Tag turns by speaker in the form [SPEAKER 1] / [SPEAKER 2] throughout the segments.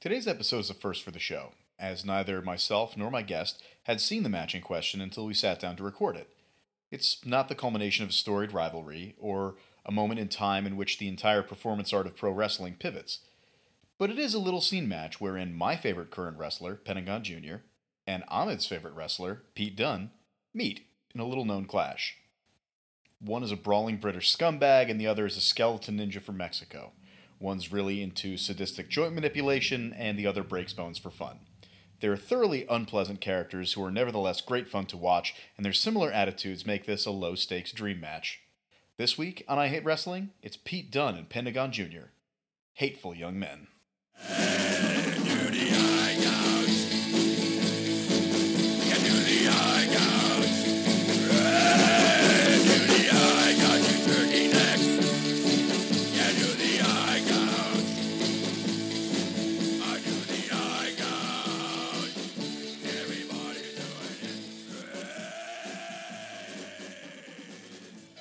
[SPEAKER 1] Today's episode is a first for the show, as neither myself nor my guest had seen the match in question until we sat down to record it. It's not the culmination of a storied rivalry, or a moment in time in which the entire performance art of pro wrestling pivots. But it is a little scene match wherein my favorite current wrestler, Pentagon Jr., and Ahmed's favorite wrestler, Pete Dunne, meet in a little known clash. One is a brawling British scumbag, and the other is a skeleton ninja from Mexico. One's really into sadistic joint manipulation, and the other breaks bones for fun. They're thoroughly unpleasant characters who are nevertheless great fun to watch, and their similar attitudes make this a low stakes dream match. This week on I Hate Wrestling, it's Pete Dunne and Pentagon Jr. Hateful young men.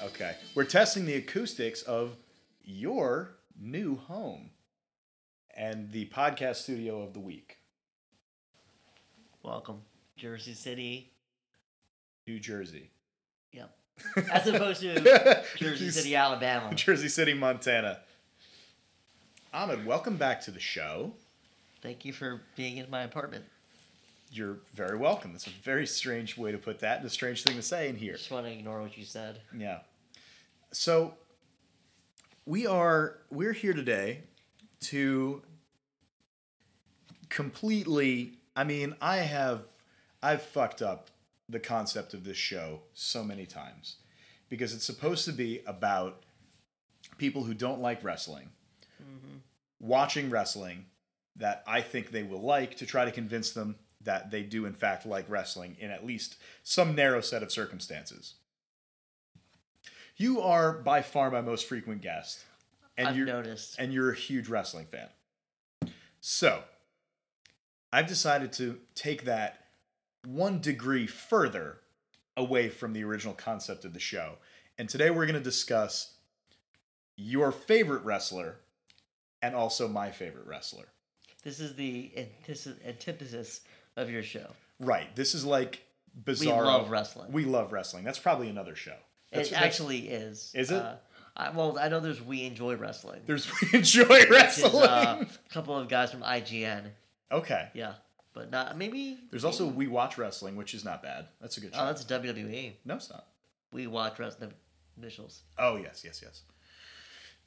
[SPEAKER 1] Okay. We're testing the acoustics of your new home and the podcast studio of the week,
[SPEAKER 2] Welcome, Jersey City.
[SPEAKER 1] New Jersey.
[SPEAKER 2] Yep. As opposed to Jersey City, Alabama.
[SPEAKER 1] Jersey City, Montana. Ahmed, welcome back to the show.
[SPEAKER 2] Thank you for being in my apartment.
[SPEAKER 1] You're very welcome. That's a very strange way to put that and a strange thing to say in here.
[SPEAKER 2] Just want to ignore what you said.
[SPEAKER 1] Yeah. So we are we're here today to completely I mean, I have I've fucked up the concept of this show so many times because it's supposed to be about people who don't like wrestling watching wrestling that I think they will like to try to convince them that they do in fact like wrestling in at least some narrow set of circumstances. You are by far my most frequent guest, and
[SPEAKER 2] I've
[SPEAKER 1] you're
[SPEAKER 2] noticed.
[SPEAKER 1] and you're a huge wrestling fan. So, I've decided to take that one degree further away from the original concept of the show. And today we're going to discuss your favorite wrestler and also my favorite wrestler.
[SPEAKER 2] This is the antithesis, antithesis of your show.
[SPEAKER 1] Right. This is like
[SPEAKER 2] We
[SPEAKER 1] bizarre.
[SPEAKER 2] love wrestling.
[SPEAKER 1] We love wrestling. That's probably another show. That's,
[SPEAKER 2] it actually is.
[SPEAKER 1] Is it?
[SPEAKER 2] Uh, I, well, I know there's We Enjoy Wrestling.
[SPEAKER 1] there's we enjoy
[SPEAKER 2] which
[SPEAKER 1] wrestling.
[SPEAKER 2] is, uh, a couple of guys from IGN.
[SPEAKER 1] okay.
[SPEAKER 2] Yeah. But not, maybe.
[SPEAKER 1] There's also we watch wrestling, which is not bad. That's a good show.
[SPEAKER 2] Oh, that's WWE.
[SPEAKER 1] no, it's not.
[SPEAKER 2] We watch wrestling initials.
[SPEAKER 1] Oh yes, yes, yes.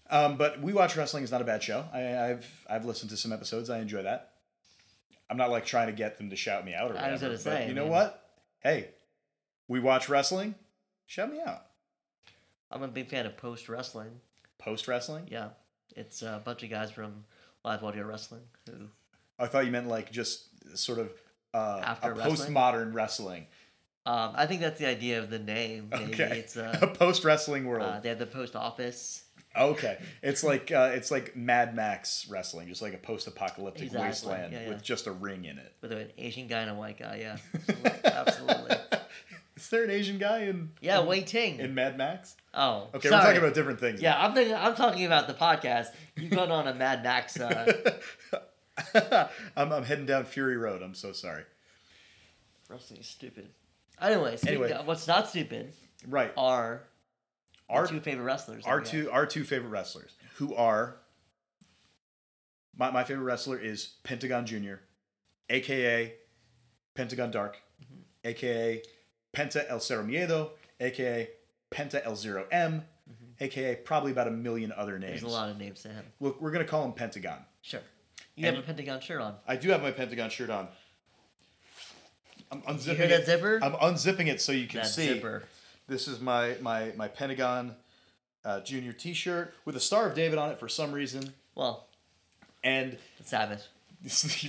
[SPEAKER 1] Um, but we watch wrestling is not a bad show. I, I've I've listened to some episodes. I enjoy that. I'm not like trying to get them to shout me out or whatever.
[SPEAKER 2] I was gonna
[SPEAKER 1] but
[SPEAKER 2] say,
[SPEAKER 1] you
[SPEAKER 2] I
[SPEAKER 1] know
[SPEAKER 2] mean-
[SPEAKER 1] what? Hey, we watch wrestling. Shout me out.
[SPEAKER 2] I'm a big fan of post wrestling.
[SPEAKER 1] Post wrestling.
[SPEAKER 2] Yeah, it's a bunch of guys from Live Audio Wrestling who
[SPEAKER 1] I thought you meant like just sort of uh,
[SPEAKER 2] After
[SPEAKER 1] a
[SPEAKER 2] wrestling?
[SPEAKER 1] postmodern wrestling.
[SPEAKER 2] um, I think that's the idea of the name. Maybe
[SPEAKER 1] Okay,
[SPEAKER 2] it's uh,
[SPEAKER 1] a post wrestling world.
[SPEAKER 2] uh, they have the post office.
[SPEAKER 1] okay, it's like uh, it's like Mad Max wrestling, just like a post apocalyptic
[SPEAKER 2] Exactly,
[SPEAKER 1] wasteland
[SPEAKER 2] yeah, yeah.
[SPEAKER 1] with just a ring in it.
[SPEAKER 2] With an Asian guy and a white guy, yeah, absolutely. absolutely.
[SPEAKER 1] Is there an Asian guy in
[SPEAKER 2] Yeah,
[SPEAKER 1] in-
[SPEAKER 2] Wei Ting.
[SPEAKER 1] in Mad Max?
[SPEAKER 2] oh,
[SPEAKER 1] Okay,
[SPEAKER 2] sorry.
[SPEAKER 1] we're talking about different things.
[SPEAKER 2] Yeah, I'm thinking, I'm talking about the podcast. You've gone on a Mad Max. Uh,
[SPEAKER 1] now. I'm, I'm heading down Fury Road. I'm so sorry.
[SPEAKER 2] wrestling is stupid. Anyway, speaking
[SPEAKER 1] Anyway.
[SPEAKER 2] of- what's not stupid
[SPEAKER 1] Right.
[SPEAKER 2] are our
[SPEAKER 1] Our
[SPEAKER 2] two favorite wrestlers. that
[SPEAKER 1] our
[SPEAKER 2] we have.
[SPEAKER 1] two our two favorite wrestlers who are my my favorite wrestler is Pentagon Jr., aka Pentagon Dark,
[SPEAKER 2] Mm-hmm.
[SPEAKER 1] aka Penta El Cero Miedo, aka Penta El Zero M, aka probably about a million other names.
[SPEAKER 2] Mm-hmm. There's a lot of names to him.
[SPEAKER 1] We're, we're gonna call him Pentagon.
[SPEAKER 2] Sure. You
[SPEAKER 1] And-
[SPEAKER 2] have a Pentagon shirt on.
[SPEAKER 1] I do have my Pentagon shirt on. I'm unzipping
[SPEAKER 2] You hear that zipper?
[SPEAKER 1] I'm unzipping it so you can
[SPEAKER 2] that
[SPEAKER 1] see.
[SPEAKER 2] zipper.
[SPEAKER 1] This is my my my Pentagon uh, Junior T-shirt with a Star of David on it for some reason,
[SPEAKER 2] Well,
[SPEAKER 1] and
[SPEAKER 2] it's Savage.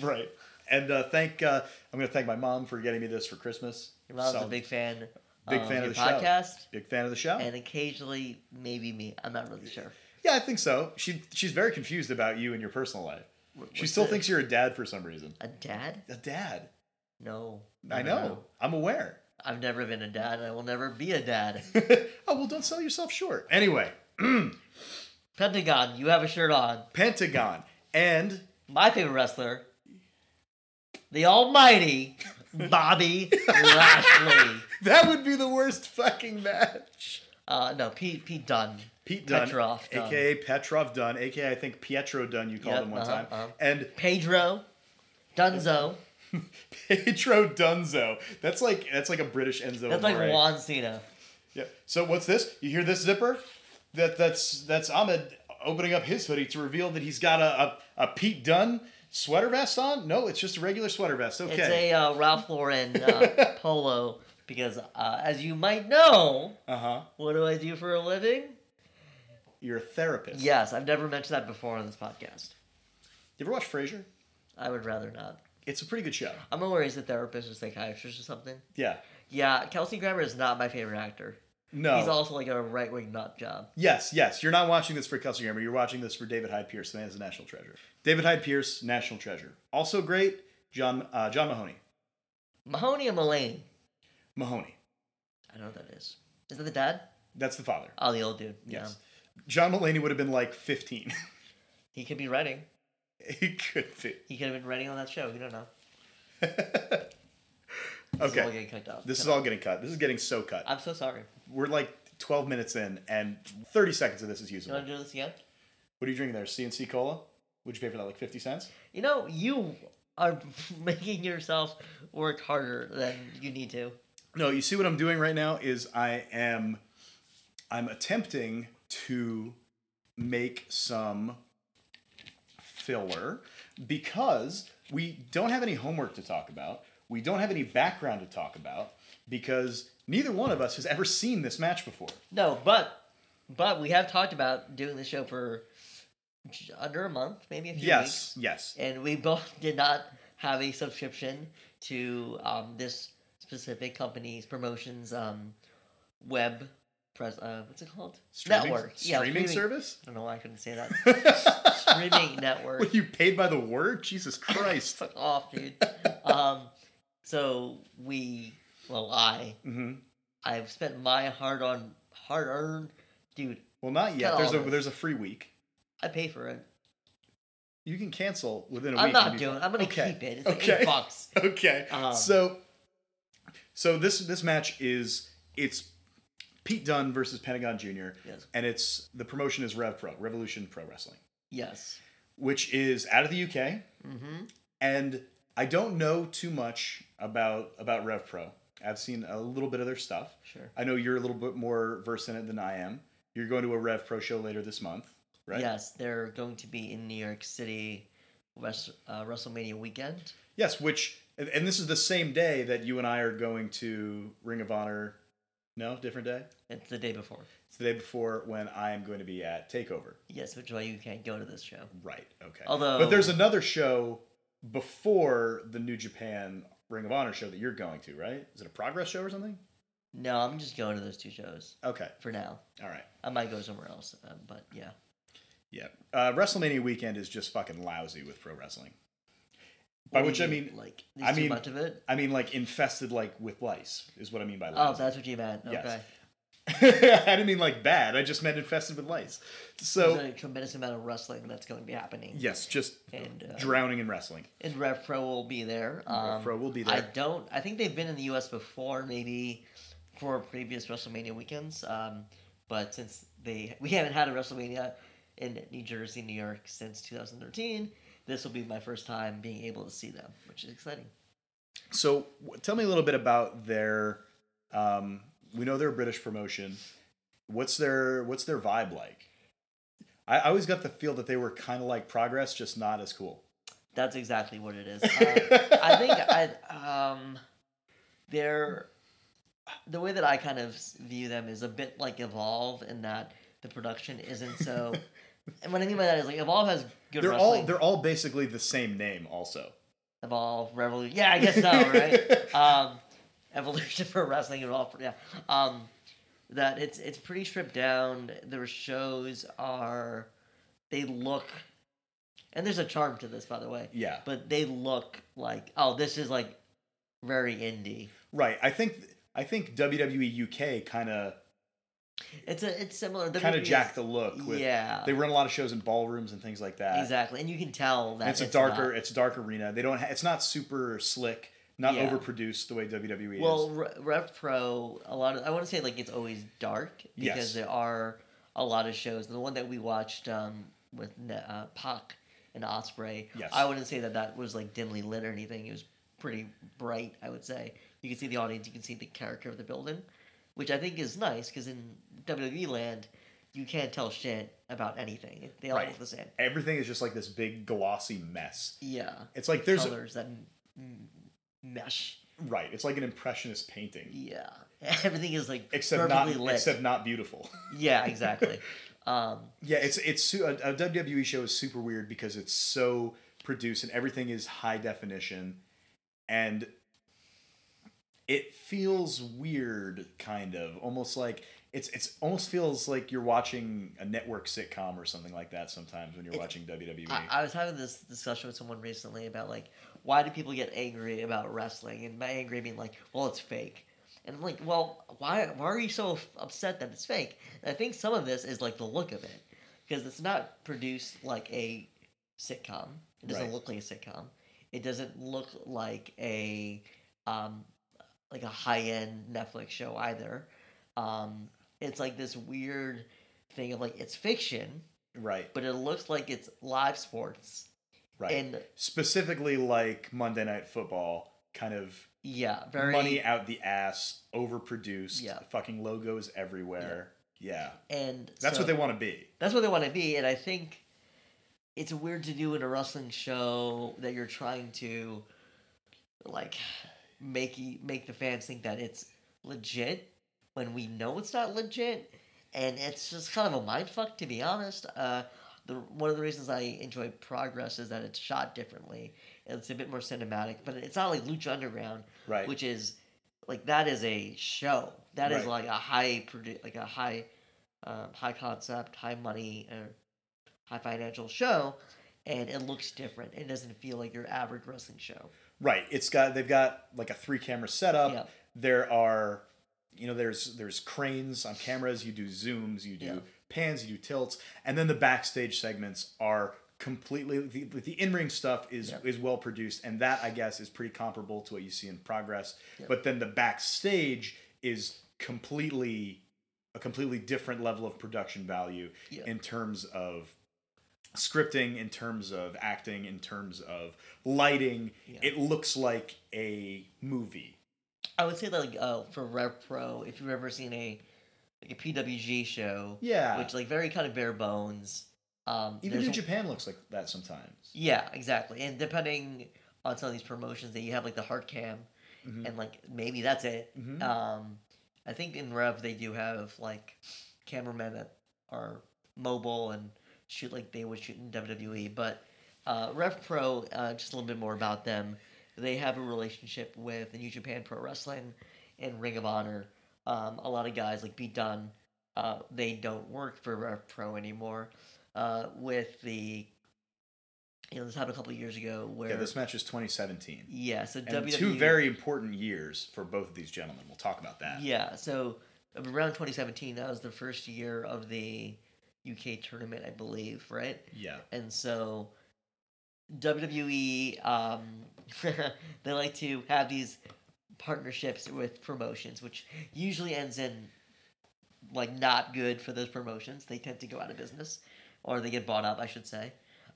[SPEAKER 1] right. And uh, thank uh, I'm gonna thank my mom for getting me this for Christmas.
[SPEAKER 2] Your mom's
[SPEAKER 1] So,
[SPEAKER 2] a big fan.
[SPEAKER 1] big
[SPEAKER 2] of
[SPEAKER 1] fan
[SPEAKER 2] your
[SPEAKER 1] of the
[SPEAKER 2] podcast,
[SPEAKER 1] show. Big fan of the show.
[SPEAKER 2] and occasionally maybe me. I'm not really sure.
[SPEAKER 1] yeah, I think so. She she's very confused about you and your personal life. She
[SPEAKER 2] what's
[SPEAKER 1] still
[SPEAKER 2] the-
[SPEAKER 1] thinks you're a dad for some reason.
[SPEAKER 2] A dad?
[SPEAKER 1] A dad.
[SPEAKER 2] No. No,
[SPEAKER 1] I
[SPEAKER 2] no,
[SPEAKER 1] know.
[SPEAKER 2] no.
[SPEAKER 1] I'm aware.
[SPEAKER 2] I've never been a dad. and I will never be a dad.
[SPEAKER 1] oh well, don't sell yourself short. Anyway,
[SPEAKER 2] Pentagon, you have a shirt on.
[SPEAKER 1] Pentagon and
[SPEAKER 2] My favorite wrestler, the almighty Bobby Lashley.
[SPEAKER 3] That would be the worst fucking match.
[SPEAKER 2] Uh, no, Pete, Pete Dunn.
[SPEAKER 1] Pete Dunn,
[SPEAKER 2] Petrov Dunn.
[SPEAKER 1] aka Petrov Dunn, aka I think Pietro Dunn. You called
[SPEAKER 2] Yep,
[SPEAKER 1] him one
[SPEAKER 2] uh-huh,
[SPEAKER 1] time,
[SPEAKER 2] uh-huh.
[SPEAKER 1] and
[SPEAKER 2] Pedro. Dunzo.
[SPEAKER 1] Pedro Dunzo. That's like that's like a British Enzo.
[SPEAKER 2] That's like
[SPEAKER 1] Amore.
[SPEAKER 2] Juan Cena.
[SPEAKER 1] Yeah. So what's this? You hear this zipper? That that's that's Ahmed opening up his hoodie to reveal that he's got a a, a Pete Dunn sweater vest on. No, it's just a regular sweater vest. Okay.
[SPEAKER 2] It's a uh, Ralph Lauren uh, polo because, uh, as you might know,
[SPEAKER 1] Uh huh.
[SPEAKER 2] what do I do for a living?
[SPEAKER 1] You're a therapist.
[SPEAKER 2] Yes, I've never mentioned that before on this podcast.
[SPEAKER 1] You ever watch Frasier?
[SPEAKER 2] I would rather not.
[SPEAKER 1] It's a pretty good show.
[SPEAKER 2] I'm aware he's a therapist or psychiatrist or something.
[SPEAKER 1] Yeah.
[SPEAKER 2] Yeah, Kelsey Grammer is not my favorite actor.
[SPEAKER 1] No.
[SPEAKER 2] He's also like a right wing nut job.
[SPEAKER 1] Yes, yes. You're not watching this for Kelsey Grammer. You're watching this for David Hyde Pierce. The man's a national treasure. David Hyde Pierce, national treasure. Also great, John uh, John Mahoney.
[SPEAKER 2] Mahoney and Mulaney.
[SPEAKER 1] Mahoney.
[SPEAKER 2] I don't know what that is. Is that the dad?
[SPEAKER 1] That's the father.
[SPEAKER 2] Oh, the old dude.
[SPEAKER 1] Yes.
[SPEAKER 2] Yeah.
[SPEAKER 1] John Mulaney would have been like 15.
[SPEAKER 2] He could be writing.
[SPEAKER 1] he could be.
[SPEAKER 2] He could have been writing on that show. You don't know. This is all
[SPEAKER 1] Okay.
[SPEAKER 2] getting cooked up.
[SPEAKER 1] This is all getting cut. This is getting so cut.
[SPEAKER 2] I'm so sorry.
[SPEAKER 1] We're like 12 minutes in, and 30 seconds of this is
[SPEAKER 2] You
[SPEAKER 1] usable.
[SPEAKER 2] want
[SPEAKER 1] What
[SPEAKER 2] to do this again?
[SPEAKER 1] are you drinking there? CNC cola? Would you pay for that like 50 cents?
[SPEAKER 2] You know, you are making yourself work harder than you need to.
[SPEAKER 1] No, you see what I'm doing right now is I am I'm attempting to make some filler because we don't have any homework to talk about. We don't have any background to talk about because neither one of us has ever seen this match before.
[SPEAKER 2] No, but but we have talked about doing the show for j- under a month, maybe a few
[SPEAKER 1] Yes,
[SPEAKER 2] weeks.
[SPEAKER 1] yes.
[SPEAKER 2] and we both did not have a subscription to um, this specific company's promotions um, web press. Uh, what's it called?
[SPEAKER 1] Streaming,
[SPEAKER 2] network. Yeah,
[SPEAKER 1] streaming service?
[SPEAKER 2] I don't know why I couldn't say that. streaming network.
[SPEAKER 1] What, you paid by the word? Jesus Christ.
[SPEAKER 2] Fuck off, dude. Um, so we, well, I,
[SPEAKER 1] hmm
[SPEAKER 2] I've spent my hard on hard earned, dude.
[SPEAKER 1] Well, not yet.
[SPEAKER 2] Cut
[SPEAKER 1] There's
[SPEAKER 2] all
[SPEAKER 1] a
[SPEAKER 2] this.
[SPEAKER 1] there's a free week.
[SPEAKER 2] I pay for it.
[SPEAKER 1] You can cancel within a
[SPEAKER 2] I'm
[SPEAKER 1] week.
[SPEAKER 2] not
[SPEAKER 1] and be
[SPEAKER 2] doing.
[SPEAKER 1] fine.
[SPEAKER 2] I'm gonna
[SPEAKER 1] Okay,
[SPEAKER 2] keep it. It's like eight bucks.
[SPEAKER 1] okay.
[SPEAKER 2] Um,
[SPEAKER 1] so, so this this match is it's Pete Dunne versus Pentagon Jr.
[SPEAKER 2] Yes.
[SPEAKER 1] and it's the promotion is Rev Pro Revolution Pro Wrestling,
[SPEAKER 2] Yes.
[SPEAKER 1] which is out of the UK,
[SPEAKER 2] Mm-hmm.
[SPEAKER 1] and I don't know too much about about Rev Pro. I've seen a little bit of their stuff.
[SPEAKER 2] Sure.
[SPEAKER 1] I know you're a little bit more versed in it than I am. You're going to a Rev Pro show later this month, right?
[SPEAKER 2] Yes, they're going to be in New York City, West, uh, WrestleMania weekend.
[SPEAKER 1] Yes, which and- and this is the same day that you and I are going to Ring of Honor. No, different day.
[SPEAKER 2] It's the day before.
[SPEAKER 1] It's the day before when I am going to be at Takeover.
[SPEAKER 2] Yes, which is why you can't go to this show.
[SPEAKER 1] Right. Okay.
[SPEAKER 2] Although-
[SPEAKER 1] but there's another show before the New Japan Ring of Honor show that you're going to, right? Is it a Progress show or something?
[SPEAKER 2] No, I'm just going to those two shows
[SPEAKER 1] Okay.
[SPEAKER 2] for now.
[SPEAKER 1] All right.
[SPEAKER 2] I might go somewhere else, uh, but yeah.
[SPEAKER 1] Yeah. Uh, WrestleMania weekend is just fucking lousy with pro wrestling. By
[SPEAKER 2] What do
[SPEAKER 1] which I
[SPEAKER 2] you
[SPEAKER 1] mean,
[SPEAKER 2] like,
[SPEAKER 1] I
[SPEAKER 2] there's too
[SPEAKER 1] mean-
[SPEAKER 2] much of it.
[SPEAKER 1] I mean like infested like with lice is what I mean by
[SPEAKER 2] Oh,
[SPEAKER 1] lousy.
[SPEAKER 2] that's what you meant. Okay,
[SPEAKER 1] Yes. I didn't mean like bad. I just meant infested with lice. So
[SPEAKER 2] there's a tremendous amount of wrestling that's going to be happening.
[SPEAKER 1] Yes, just
[SPEAKER 2] And, uh,
[SPEAKER 1] drowning in wrestling.
[SPEAKER 2] And Rev Pro will be there. Um,
[SPEAKER 1] Pro will be
[SPEAKER 2] I
[SPEAKER 1] there.
[SPEAKER 2] don't. I think they've been in the U.S. before, maybe for previous WrestleMania weekends. Um, but since they we haven't had a WrestleMania in New Jersey, New York since 2013, this will be my first time being able to see them, which is exciting.
[SPEAKER 1] So w- tell me a little bit about their. Um, we know they're a British promotion. What's their What's their vibe like? I, I always got the feel that they were kind of like Progress, just not as cool.
[SPEAKER 2] That's exactly what it is. Uh, I think I um, they're the way that I kind of s- view them is a bit like Evolve in that the production isn't so. and what I mean by that is like Evolve has good.
[SPEAKER 1] they're
[SPEAKER 2] wrestling.
[SPEAKER 1] all they're all basically the same name, also.
[SPEAKER 2] Evolve, Revolution. Yeah, I guess so, right? um, Evolution for wrestling, Evolve. For, yeah. Um, that it's it's pretty stripped down. Their shows are they look, and there's a charm to this, by the way.
[SPEAKER 1] Yeah,
[SPEAKER 2] But they look like oh, this is like very indie.
[SPEAKER 1] E right. I think I think WWE UK kind of
[SPEAKER 2] It's a it's similar.
[SPEAKER 1] kind
[SPEAKER 2] WWE
[SPEAKER 1] of
[SPEAKER 2] is-
[SPEAKER 1] jack the look. With,
[SPEAKER 2] E yeah.
[SPEAKER 1] they run a lot of shows in ballrooms and things like that.
[SPEAKER 2] Exactly, and you can tell that
[SPEAKER 1] And it's, a darker, it's dark arena. They don't. Ha- it's not super slick, not
[SPEAKER 2] Yeah.
[SPEAKER 1] overproduced the way WWE
[SPEAKER 2] Well,
[SPEAKER 1] is.
[SPEAKER 2] Re- Rev Pro, a lot of I want to say like it's always dark
[SPEAKER 1] Yes.
[SPEAKER 2] because there are a lot of shows. The one that we watched um, with Ne- uh, Pac and Osprey,
[SPEAKER 1] Yes.
[SPEAKER 2] I wouldn't say that that was like dimly lit or anything. It was pretty bright. I would say you can see the audience, you can see the character of the building, which I think is nice because in WWE land, you can't tell shit about anything. They all
[SPEAKER 1] Right.
[SPEAKER 2] look the same.
[SPEAKER 1] Everything is just like this big glossy mess.
[SPEAKER 2] Yeah,
[SPEAKER 1] It's like there's a,
[SPEAKER 2] colors that m- m- mesh.
[SPEAKER 1] right. It's like an impressionist painting,
[SPEAKER 2] Yeah, everything is like
[SPEAKER 1] except not
[SPEAKER 2] perfectly lit.
[SPEAKER 1] except not beautiful.
[SPEAKER 2] Yeah, exactly. um,
[SPEAKER 1] Yeah, it's it's su- a, a WWE show is super weird because it's so produced and everything is high definition, and it feels weird, kind of almost like it's it's almost feels like you're watching a network sitcom or something like that sometimes when you're
[SPEAKER 2] It's-
[SPEAKER 1] watching E. WWE.
[SPEAKER 2] I, I was having this discussion with someone recently about like why do people get angry about wrestling, and by angry I mean like, well, it's fake. And I'm like, well, why why are you so upset that it's fake? And I think some of this is like the look of it, because it's not produced like a sitcom. It doesn't
[SPEAKER 1] Right.
[SPEAKER 2] look like a sitcom. It doesn't look like a um, like a high end Netflix show either. Um, it's like this weird thing of like it's fiction,
[SPEAKER 1] right,
[SPEAKER 2] but it looks like it's live sports.
[SPEAKER 1] right.
[SPEAKER 2] And
[SPEAKER 1] Specifically, like Monday Night Football, kind of
[SPEAKER 2] yeah, very
[SPEAKER 1] money out the ass, overproduced,
[SPEAKER 2] Yeah.
[SPEAKER 1] fucking logos everywhere. Yeah,
[SPEAKER 2] and
[SPEAKER 1] that's
[SPEAKER 2] so
[SPEAKER 1] what they want to be.
[SPEAKER 2] that's what they want to be, and I think it's weird to do in a wrestling show that you're trying to like make y- make the fans think that it's legit when we know it's not legit, and it's just kind of a mind fuck to be honest. Uh, the, one of the reasons I enjoy Progress is that it's shot differently. It's a bit more cinematic, but it's not like Lucha Underground,
[SPEAKER 1] Right.
[SPEAKER 2] which is like that is a show That is
[SPEAKER 1] Right.
[SPEAKER 2] like a high produ- like a high um, high concept high money or high financial show and it looks different it doesn't feel like your average wrestling show
[SPEAKER 1] Right. It's got they've got like a three camera setup.
[SPEAKER 2] Yeah.
[SPEAKER 1] There are you know there's there's cranes on cameras, you do zooms, you do
[SPEAKER 2] Yeah.
[SPEAKER 1] pans, you do tilts, and then the backstage segments are completely the, the in-ring stuff is
[SPEAKER 2] Yeah.
[SPEAKER 1] is well produced and that I guess is pretty comparable to what you see in progress.
[SPEAKER 2] Yeah.
[SPEAKER 1] But then the backstage is completely a completely different level of production value
[SPEAKER 2] Yeah.
[SPEAKER 1] in terms of scripting in terms of acting in terms of lighting
[SPEAKER 2] Yeah.
[SPEAKER 1] it looks like a movie
[SPEAKER 2] i would say that like uh, for rev pro if you've ever seen a like a pwg show
[SPEAKER 1] yeah
[SPEAKER 2] which like very kind of bare bones um
[SPEAKER 1] even
[SPEAKER 2] there's
[SPEAKER 1] new
[SPEAKER 2] a-
[SPEAKER 1] japan looks like that sometimes
[SPEAKER 2] yeah exactly and depending on some of these promotions that you have like the hard cam
[SPEAKER 1] Mhm.
[SPEAKER 2] and like maybe that's it
[SPEAKER 1] Mhm.
[SPEAKER 2] Um, I think in Rev they do have like cameramen that are mobile and shoot like they would shoot in WWE. But uh, Rev Pro, uh, just a little bit more about them. They have a relationship with New Japan Pro Wrestling and Ring of Honor. Um, a lot of guys like B Dunn, uh, they don't work for Rev Pro anymore. Uh, with the, you know, this happened a couple of years ago where
[SPEAKER 1] yeah this match is 2017
[SPEAKER 2] yeah, so E
[SPEAKER 1] and
[SPEAKER 2] WWE
[SPEAKER 1] two very important years for both of these gentlemen we'll talk about that
[SPEAKER 2] Yeah, so um, around 2017, that was the first year of the UK tournament, I believe, right?
[SPEAKER 1] yeah
[SPEAKER 2] And so WWE, um, they like to have these partnerships with promotions, which usually ends in like not good for those promotions. They tend to go out of business, or they get bought up, I should say.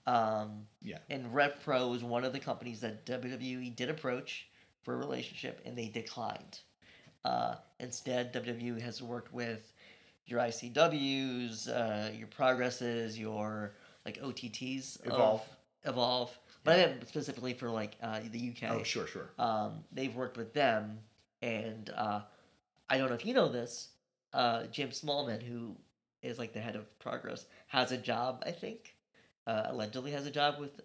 [SPEAKER 2] Um,
[SPEAKER 1] Yeah.
[SPEAKER 2] And Rep Pro was one of the companies that WWE did approach for a relationship, and they declined. Uh, instead, WWE has worked with your ICWs, uh, your Progresses, your like OTTs, of-
[SPEAKER 1] Evolve.
[SPEAKER 2] Evolve, but I meant specifically for like uh, the UK
[SPEAKER 1] oh sure sure
[SPEAKER 2] um, they've worked with them, and uh, I don't know if you know this. Uh, Jim Smallman, who is like the head of Progress, has a job. I think uh, allegedly has a job with E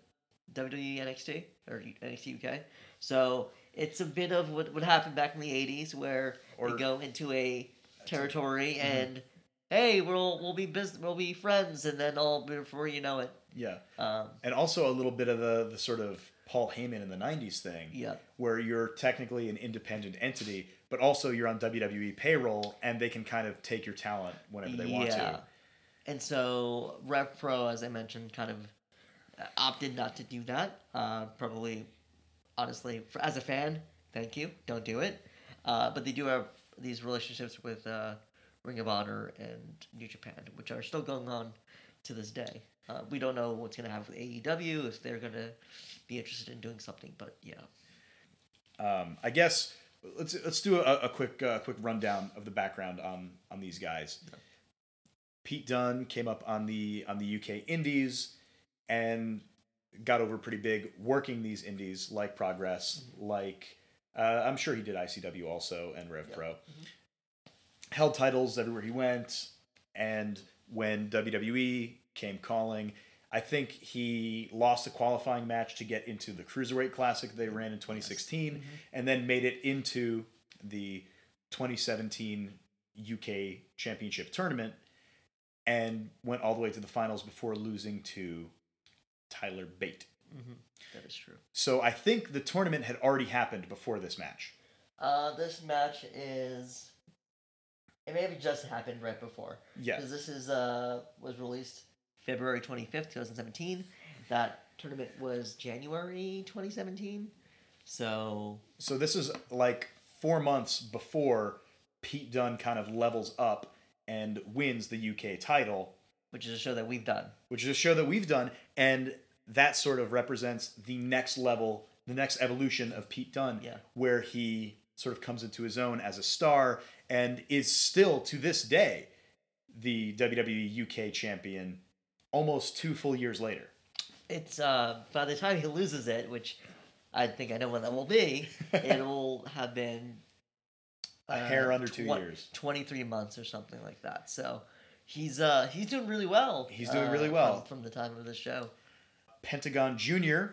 [SPEAKER 2] WWE NXT or NXT UK. So it's a bit of what what happened back in the '80s, where
[SPEAKER 1] Or-
[SPEAKER 2] they go into a territory and hey, we'll we'll be business, we'll be friends, and then all before you know it,
[SPEAKER 1] yeah
[SPEAKER 2] um,
[SPEAKER 1] and also a little bit of the, the sort of Paul Heyman in the '90s thing,
[SPEAKER 2] Yeah.
[SPEAKER 1] where you're technically an independent entity, but also you're on WWE payroll, and they can kind of take your talent whenever they want to.
[SPEAKER 2] And so Rev Pro, as I mentioned, kind of uh, opted not to do that. Uh, probably, honestly, for, as a fan, thank you. Don't do it. Uh, but they do have these relationships with uh, Ring of Honor and New Japan, which are still going on to this day. Uh, we don't know what's going to happen with AEW if they're going to be interested in doing something, but yeah,
[SPEAKER 1] Um, I guess let's let's do a, a quick uh, quick rundown of the background on on these guys. Pete Dunne came up on the on the UK Indies and got over pretty big working these Indies like Progress, like uh, I'm sure he did ICW also and Rev Pro. Held titles everywhere he went, and when WWE came calling. I think he lost a qualifying match to get into the Cruiserweight Classic they ran in 2016 and then made it into the 2017 UK Championship tournament and went all the way to the finals before losing to Tyler Bate.
[SPEAKER 2] that is true.
[SPEAKER 1] So I think the tournament had already happened before this match.
[SPEAKER 2] Uh, this match is. It may have just happened right before.
[SPEAKER 1] Yeah.
[SPEAKER 2] Because this is uh was released February twenty fifth, two thousand seventeen. That tournament was January twenty seventeen. So
[SPEAKER 1] So this is like four months before Pete Dunne kind of levels up and wins the UK title,
[SPEAKER 2] which is a show that we've done.
[SPEAKER 1] which is a show that we've done, and that sort of represents the next level, the next evolution of Pete Dunne,
[SPEAKER 2] Yeah.
[SPEAKER 1] where he sort of comes into his own as a star and is still to this day the WWE UK champion almost two full years later.
[SPEAKER 2] It's uh by the time he loses it, which I think I know when that will be, it will have been
[SPEAKER 1] A hair under two years.
[SPEAKER 2] Twenty three months or something like that. So he's uh he's doing really well.
[SPEAKER 1] He's doing
[SPEAKER 2] uh,
[SPEAKER 1] really well.
[SPEAKER 2] from, from the time of the show.
[SPEAKER 1] Pentagon Jr.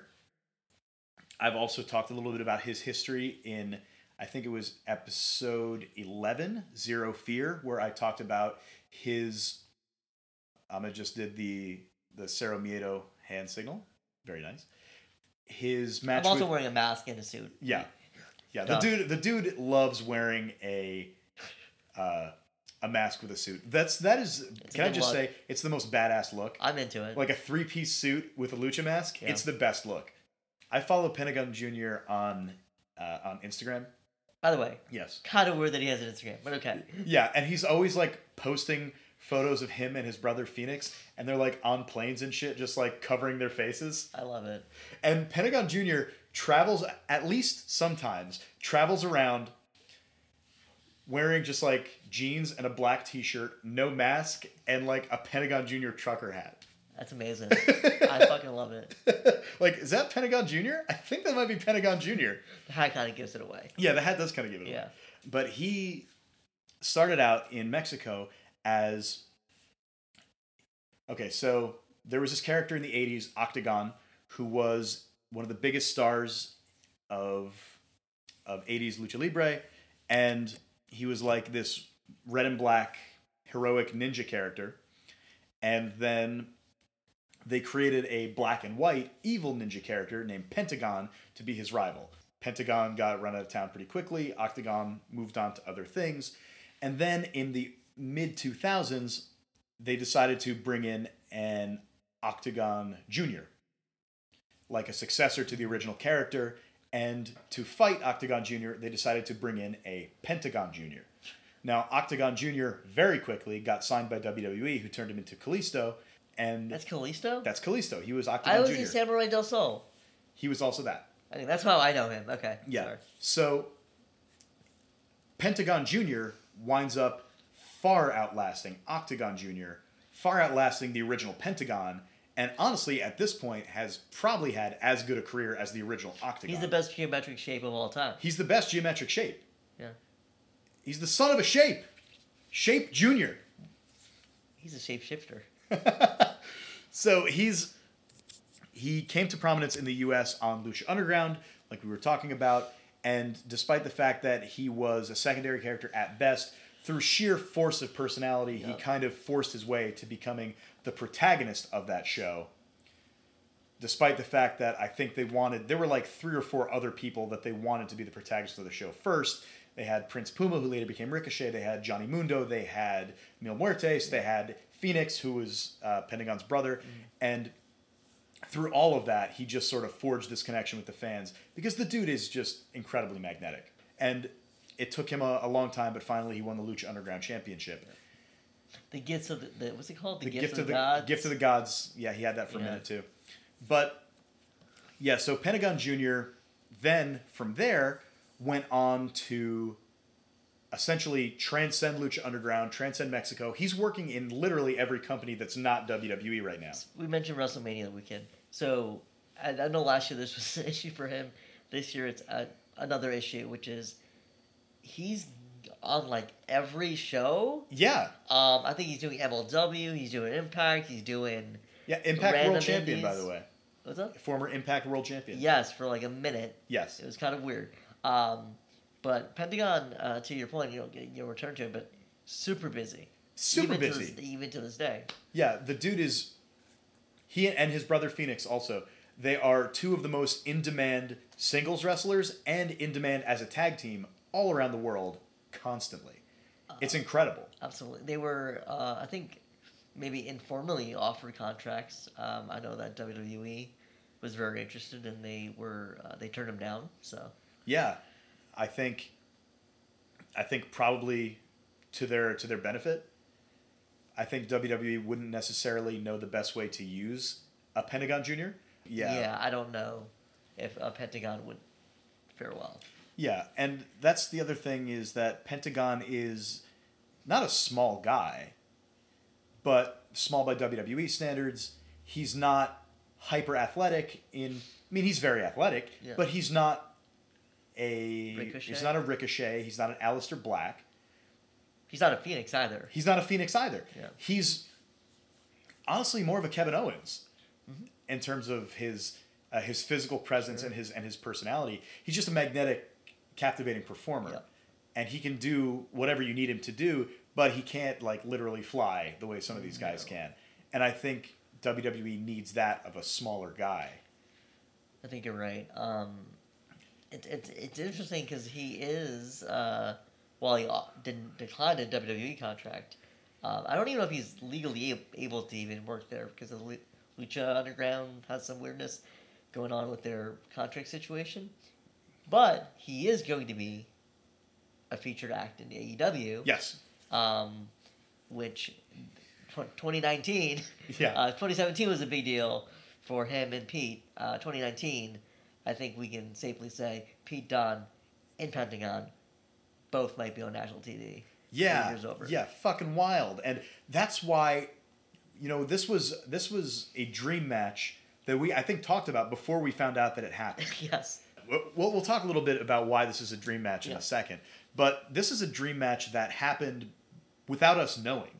[SPEAKER 1] I've also talked a little bit about his history in, I think it was episode 11, Zero Fear, where I talked about his. Um, I just did the the Cerro Miedo hand signal. Very nice. His match.
[SPEAKER 2] I'm also
[SPEAKER 1] with,
[SPEAKER 2] wearing a mask and a suit.
[SPEAKER 1] yeah, yeah. The
[SPEAKER 2] No.
[SPEAKER 1] dude, the dude loves wearing a uh, a mask with a suit. That's that is.
[SPEAKER 2] It's a
[SPEAKER 1] can I
[SPEAKER 2] good
[SPEAKER 1] just
[SPEAKER 2] look.
[SPEAKER 1] say it's the most badass look?
[SPEAKER 2] I'm into it.
[SPEAKER 1] like a three piece suit with a lucha mask.
[SPEAKER 2] Yeah.
[SPEAKER 1] It's the best look. I follow Pentagon Junior on uh, on Instagram.
[SPEAKER 2] By the way,
[SPEAKER 1] Yes.
[SPEAKER 2] kind of weird that he has an Instagram, but okay.
[SPEAKER 1] Yeah, and he's always like posting photos of him and his brother Phoenix, and they're like on planes and shit, just like covering their faces.
[SPEAKER 2] I love it.
[SPEAKER 1] And Pentagon Junior travels at least sometimes travels around wearing just like jeans and a black t-shirt, no mask, and like a Pentagon Junior trucker hat.
[SPEAKER 2] That's amazing. I fucking love it.
[SPEAKER 1] like, is that Pentagon Junior? I think that might be Pentagon Junior.
[SPEAKER 2] The hat kind of gives it away.
[SPEAKER 1] Yeah, the hat does kind of give it away.
[SPEAKER 2] Yeah.
[SPEAKER 1] But he started out in Mexico as okay. So there was this character in the '80s, Octagon, who was one of the biggest stars of of '80s lucha libre, and he was like this red and black heroic ninja character. And then they created a black and white evil ninja character named Pentagon to be his rival. Pentagon got run out of town pretty quickly. Octagon moved on to other things. And then in the mid 2000s, they decided to bring in an Octagon Jr., like a successor to the original character. And to fight Octagon Jr., they decided to bring in a Pentagon Jr. Now, Octagon Jr. very quickly got signed by WWE, who turned him into Kalisto. And
[SPEAKER 2] That's Callisto?
[SPEAKER 1] that's Callisto. He was
[SPEAKER 2] I
[SPEAKER 1] Octagon
[SPEAKER 2] was in
[SPEAKER 1] Junior.
[SPEAKER 2] Samurai del Sol.
[SPEAKER 1] he was also that.
[SPEAKER 2] I think that's how I know him. Okay.
[SPEAKER 1] Yeah.
[SPEAKER 2] sorry.
[SPEAKER 1] So Pentagon Junior winds up far outlasting Octagon Junior, far outlasting the original Pentagon, and honestly, at this point, has probably had as good a career as the original Octagon.
[SPEAKER 2] He's the best geometric shape of all time.
[SPEAKER 1] He's the best geometric shape.
[SPEAKER 2] Yeah.
[SPEAKER 1] He's the son of a shape. Shape Junior.
[SPEAKER 2] He's a shapeshifter.
[SPEAKER 1] So he's he came to prominence in the U.S. on Lucia Underground, like we were talking about, and despite the fact that he was a secondary character at best, through sheer force of personality, he kind of forced his way to becoming the protagonist of that show. despite the fact that I think they wanted there were like three or four other people that they wanted to be the protagonists of the show first. They had Prince Puma, who later became Ricochet. They had Johnny Mundo. They had Mil Muertes. They had Phoenix, who was uh, Pentagon's brother, and through all of that, he just sort of forged this connection with the fans because the dude is just incredibly magnetic. And it took him a, a long time, but finally he won the Lucha Underground Championship.
[SPEAKER 2] The gifts of the, the what's it called? The,
[SPEAKER 1] The
[SPEAKER 2] gifts
[SPEAKER 1] gift
[SPEAKER 2] of,
[SPEAKER 1] of the
[SPEAKER 2] gods.
[SPEAKER 1] gift of the gods. Yeah, he had that for a
[SPEAKER 2] Yeah.
[SPEAKER 1] minute too. But yeah, so Pentagon Jr. then from there went on to essentially transcend Lucha Underground, transcend Mexico. He's working in literally every company that's not WWE right now.
[SPEAKER 2] we mentioned WrestleMania weekend. So I, I know last year this was an issue for him. This year it's a, another issue, which is he's on like every show.
[SPEAKER 1] Yeah.
[SPEAKER 2] Um, I think he's doing MLW. He's doing Impact. He's doing
[SPEAKER 1] Yeah, Impact
[SPEAKER 2] Random
[SPEAKER 1] World Champion, by
[SPEAKER 2] indies.
[SPEAKER 1] the way.
[SPEAKER 2] what's up?
[SPEAKER 1] Former Impact World Champion.
[SPEAKER 2] Yes, for like a minute.
[SPEAKER 1] Yes.
[SPEAKER 2] It was kind of weird. Um, but Pentagon, uh, to your point, you'll get you'll return to it, but super busy.
[SPEAKER 1] Super
[SPEAKER 2] even
[SPEAKER 1] busy.
[SPEAKER 2] To this, even to this day.
[SPEAKER 1] Yeah, the dude is he and his brother Phoenix also. They are two of the most in-demand singles wrestlers and in-demand as a tag team all around the world constantly. It's incredible.
[SPEAKER 2] Absolutely. They were, uh, I think, maybe informally offered contracts. Um, I know that WWE was very interested, and they were uh, they turned them down. So
[SPEAKER 1] Yeah. I think I think probably to their to their benefit. I think WWE wouldn't necessarily know the best way to use a Pentagon Jr. yeah.
[SPEAKER 2] I don't know if a Pentagon would fare well.
[SPEAKER 1] Yeah, and that's the other thing is that Pentagon is not a small guy, but small by WWE standards. He's not hyper athletic in I mean he's very athletic,
[SPEAKER 2] Yeah.
[SPEAKER 1] but he's not a
[SPEAKER 2] Ricochet?
[SPEAKER 1] he's not a ricochet, he's not an Alistair Black.
[SPEAKER 2] He's not a Phoenix either.
[SPEAKER 1] He's not a Phoenix either.
[SPEAKER 2] Yeah.
[SPEAKER 1] He's honestly more of a Kevin Owens in terms of his uh, his physical presence and his and his personality. He's just a magnetic, captivating performer,
[SPEAKER 2] Yeah.
[SPEAKER 1] and he can do whatever you need him to do. But he can't like literally fly the way some of these guys can. And I think WWE needs that of a smaller guy.
[SPEAKER 2] I think you're right. Um, it, it, it's interesting because he is, uh, while he o- didn't decline a WWE contract, um, I don't even know if he's legally ab- able to even work there because of Lu- Lucha Underground has some weirdness going on with their contract situation. But he is going to be a E featured act in AEW
[SPEAKER 1] Yes.
[SPEAKER 2] um, which tw- 2019,
[SPEAKER 1] Yeah.
[SPEAKER 2] uh, 2017 was a big deal for him and Pete. Uh, 2019, I think we can safely say Pete Dunne and Pentagon both might be on national TV.
[SPEAKER 1] yeah,
[SPEAKER 2] years over.
[SPEAKER 1] Yeah, fucking wild. And that's why, you know, this was this was a dream match that we I think talked about before we found out that it happened.
[SPEAKER 2] yes,
[SPEAKER 1] We'll, we'll talk a little bit about why this is a dream match in
[SPEAKER 2] Yeah.
[SPEAKER 1] a second, but this is a dream match that happened without us knowing.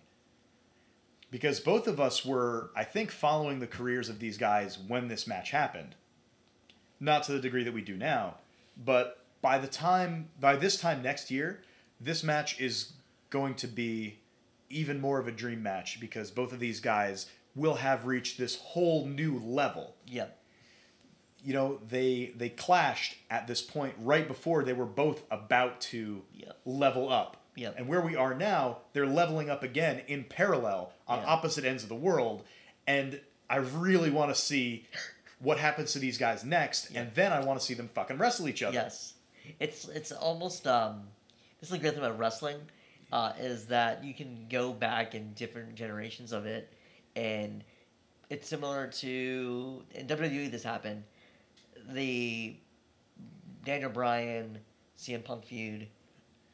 [SPEAKER 1] Because both of us were, I think, following the careers of these guys when this match happened. Not to the degree that we do now, but by the time, by this time next year, this match is going to be even more of a dream match because both of these guys will have reached this whole new level
[SPEAKER 2] yep,
[SPEAKER 1] you know they they clashed at this point right before they were both about to
[SPEAKER 2] Yep.
[SPEAKER 1] level up
[SPEAKER 2] Yep.
[SPEAKER 1] and where we are now they're leveling up again in parallel on
[SPEAKER 2] Yeah.
[SPEAKER 1] opposite ends of the world and i really want to see what happens to these guys next and then i want to see them fucking wrestle each other
[SPEAKER 2] yes. It's it's almost um, this is the great thing about wrestling, uh, is that you can go back in different generations of it, and it's similar to in WWE. This happened. the Daniel Bryan CM Punk feud